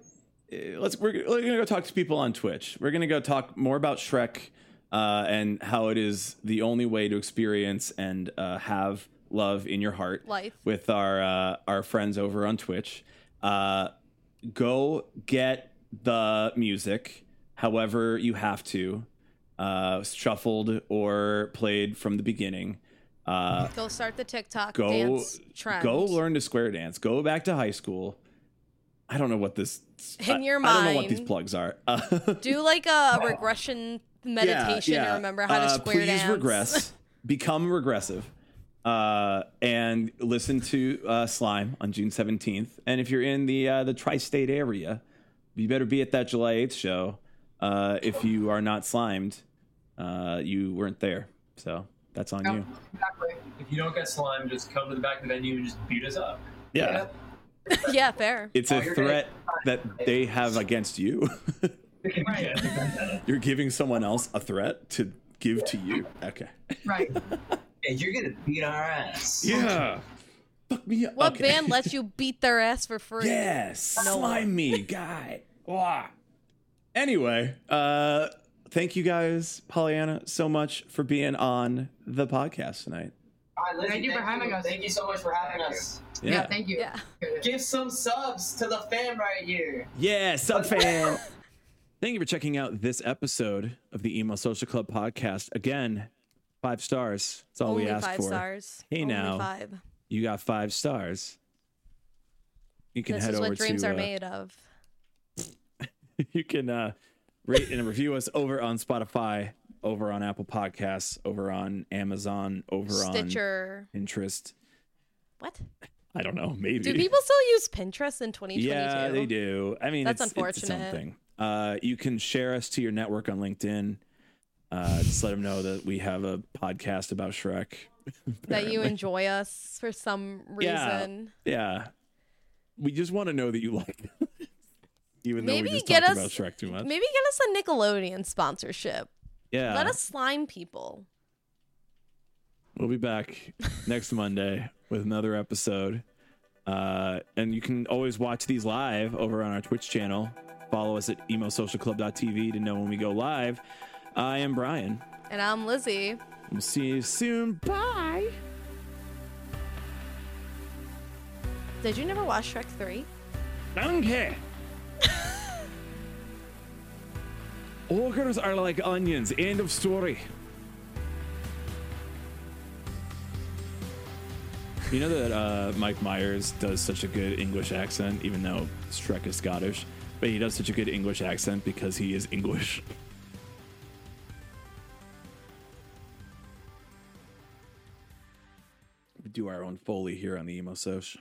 Uh, let's we're, we're gonna go talk to people on twitch we're gonna go talk more about shrek uh and how it is the only way to experience and uh have love in your heart
Life.
with our uh our friends over on twitch uh go get the music however you have to, uh, shuffled or played from the beginning. Uh,
Go start the TikTok
Go-
dance trend.
go learn to square dance. Go back to high school. I don't know what this.
In
I-
your
I don't know what these
mind.
plugs are. <laughs> Uh,
Do
<laughs>
like a regression meditation
yeah.
to remember how to
Uh,
square
please
dance.
regress. Become regressive. Uh, and listen to uh, Slime on June 17th. And if you're in the uh, the tri-state area, you better be at that July 8th show. Uh, if you are not slimed, uh, you weren't there. So that's on
Oh.
Yeah.
you.
Exactly.
If you don't get slime, just come to the back of the venue and just beat us up.
Yeah.
<laughs> yeah,
<laughs>
fair.
It's
Oh,
a
you're
threat that they have against you. <laughs>
Right.
you're giving someone else a threat to give to you. Okay.
Right.
Hey, you're gonna beat our ass.
Yeah. Fuck me up.
What
Okay.
band lets you beat their ass for free?
Yes,
No
slime me, guy. Wah. Anyway, uh, thank you guys, Pollyanna, so much for being on the podcast tonight.
All right, listen,
Thank you for having us.
Thank you so much for having us.
<laughs> Yeah. thank you.
Yeah.
Give some subs to the fam right here.
Yeah, sub fan. <laughs> Thank you for checking out this episode of the Emo Social Club podcast. Again, five stars. That's all
Only
we asked
five
for.
stars.
Hey,
Only
now,
Five.
You got five stars. You can
This
head
is
over
what dreams
to
are
uh,
made of.
you can uh, rate and review us over on Spotify, over on Apple Podcasts, over on Amazon, over
Stitcher.
on Pinterest.
What?
I don't know, maybe.
Do people still use Pinterest in 2022?
yeah, they do. I mean,
That's
it's, It's its own
unfortunate.
thing. Uh, you can share us to your network on LinkedIn. Uh, just let them know that we have a podcast about Shrek.
That you enjoy us for some
Yeah.
reason.
Yeah, we just want to know that you like. <laughs> it. Even though
Maybe
we just
get
talked
us-
about Shrek too much.
Maybe get us a Nickelodeon sponsorship.
yeah,
Let us slime people.
We'll be back next Monday with another episode. Uh, and you can always watch these live over on our Twitch channel. Follow us at emosocialclub.tv to know when we go live. I am Brian.
And I'm Lizzie.
We'll see you soon. Bye.
Did you never watch Shrek 3?
Danke. Ogres are like onions. End of story. You know that uh, Mike Myers does such a good English accent, even though Shrek is Scottish, but he does such a good English accent because he is English. We do our own Foley here on the Emo Soch.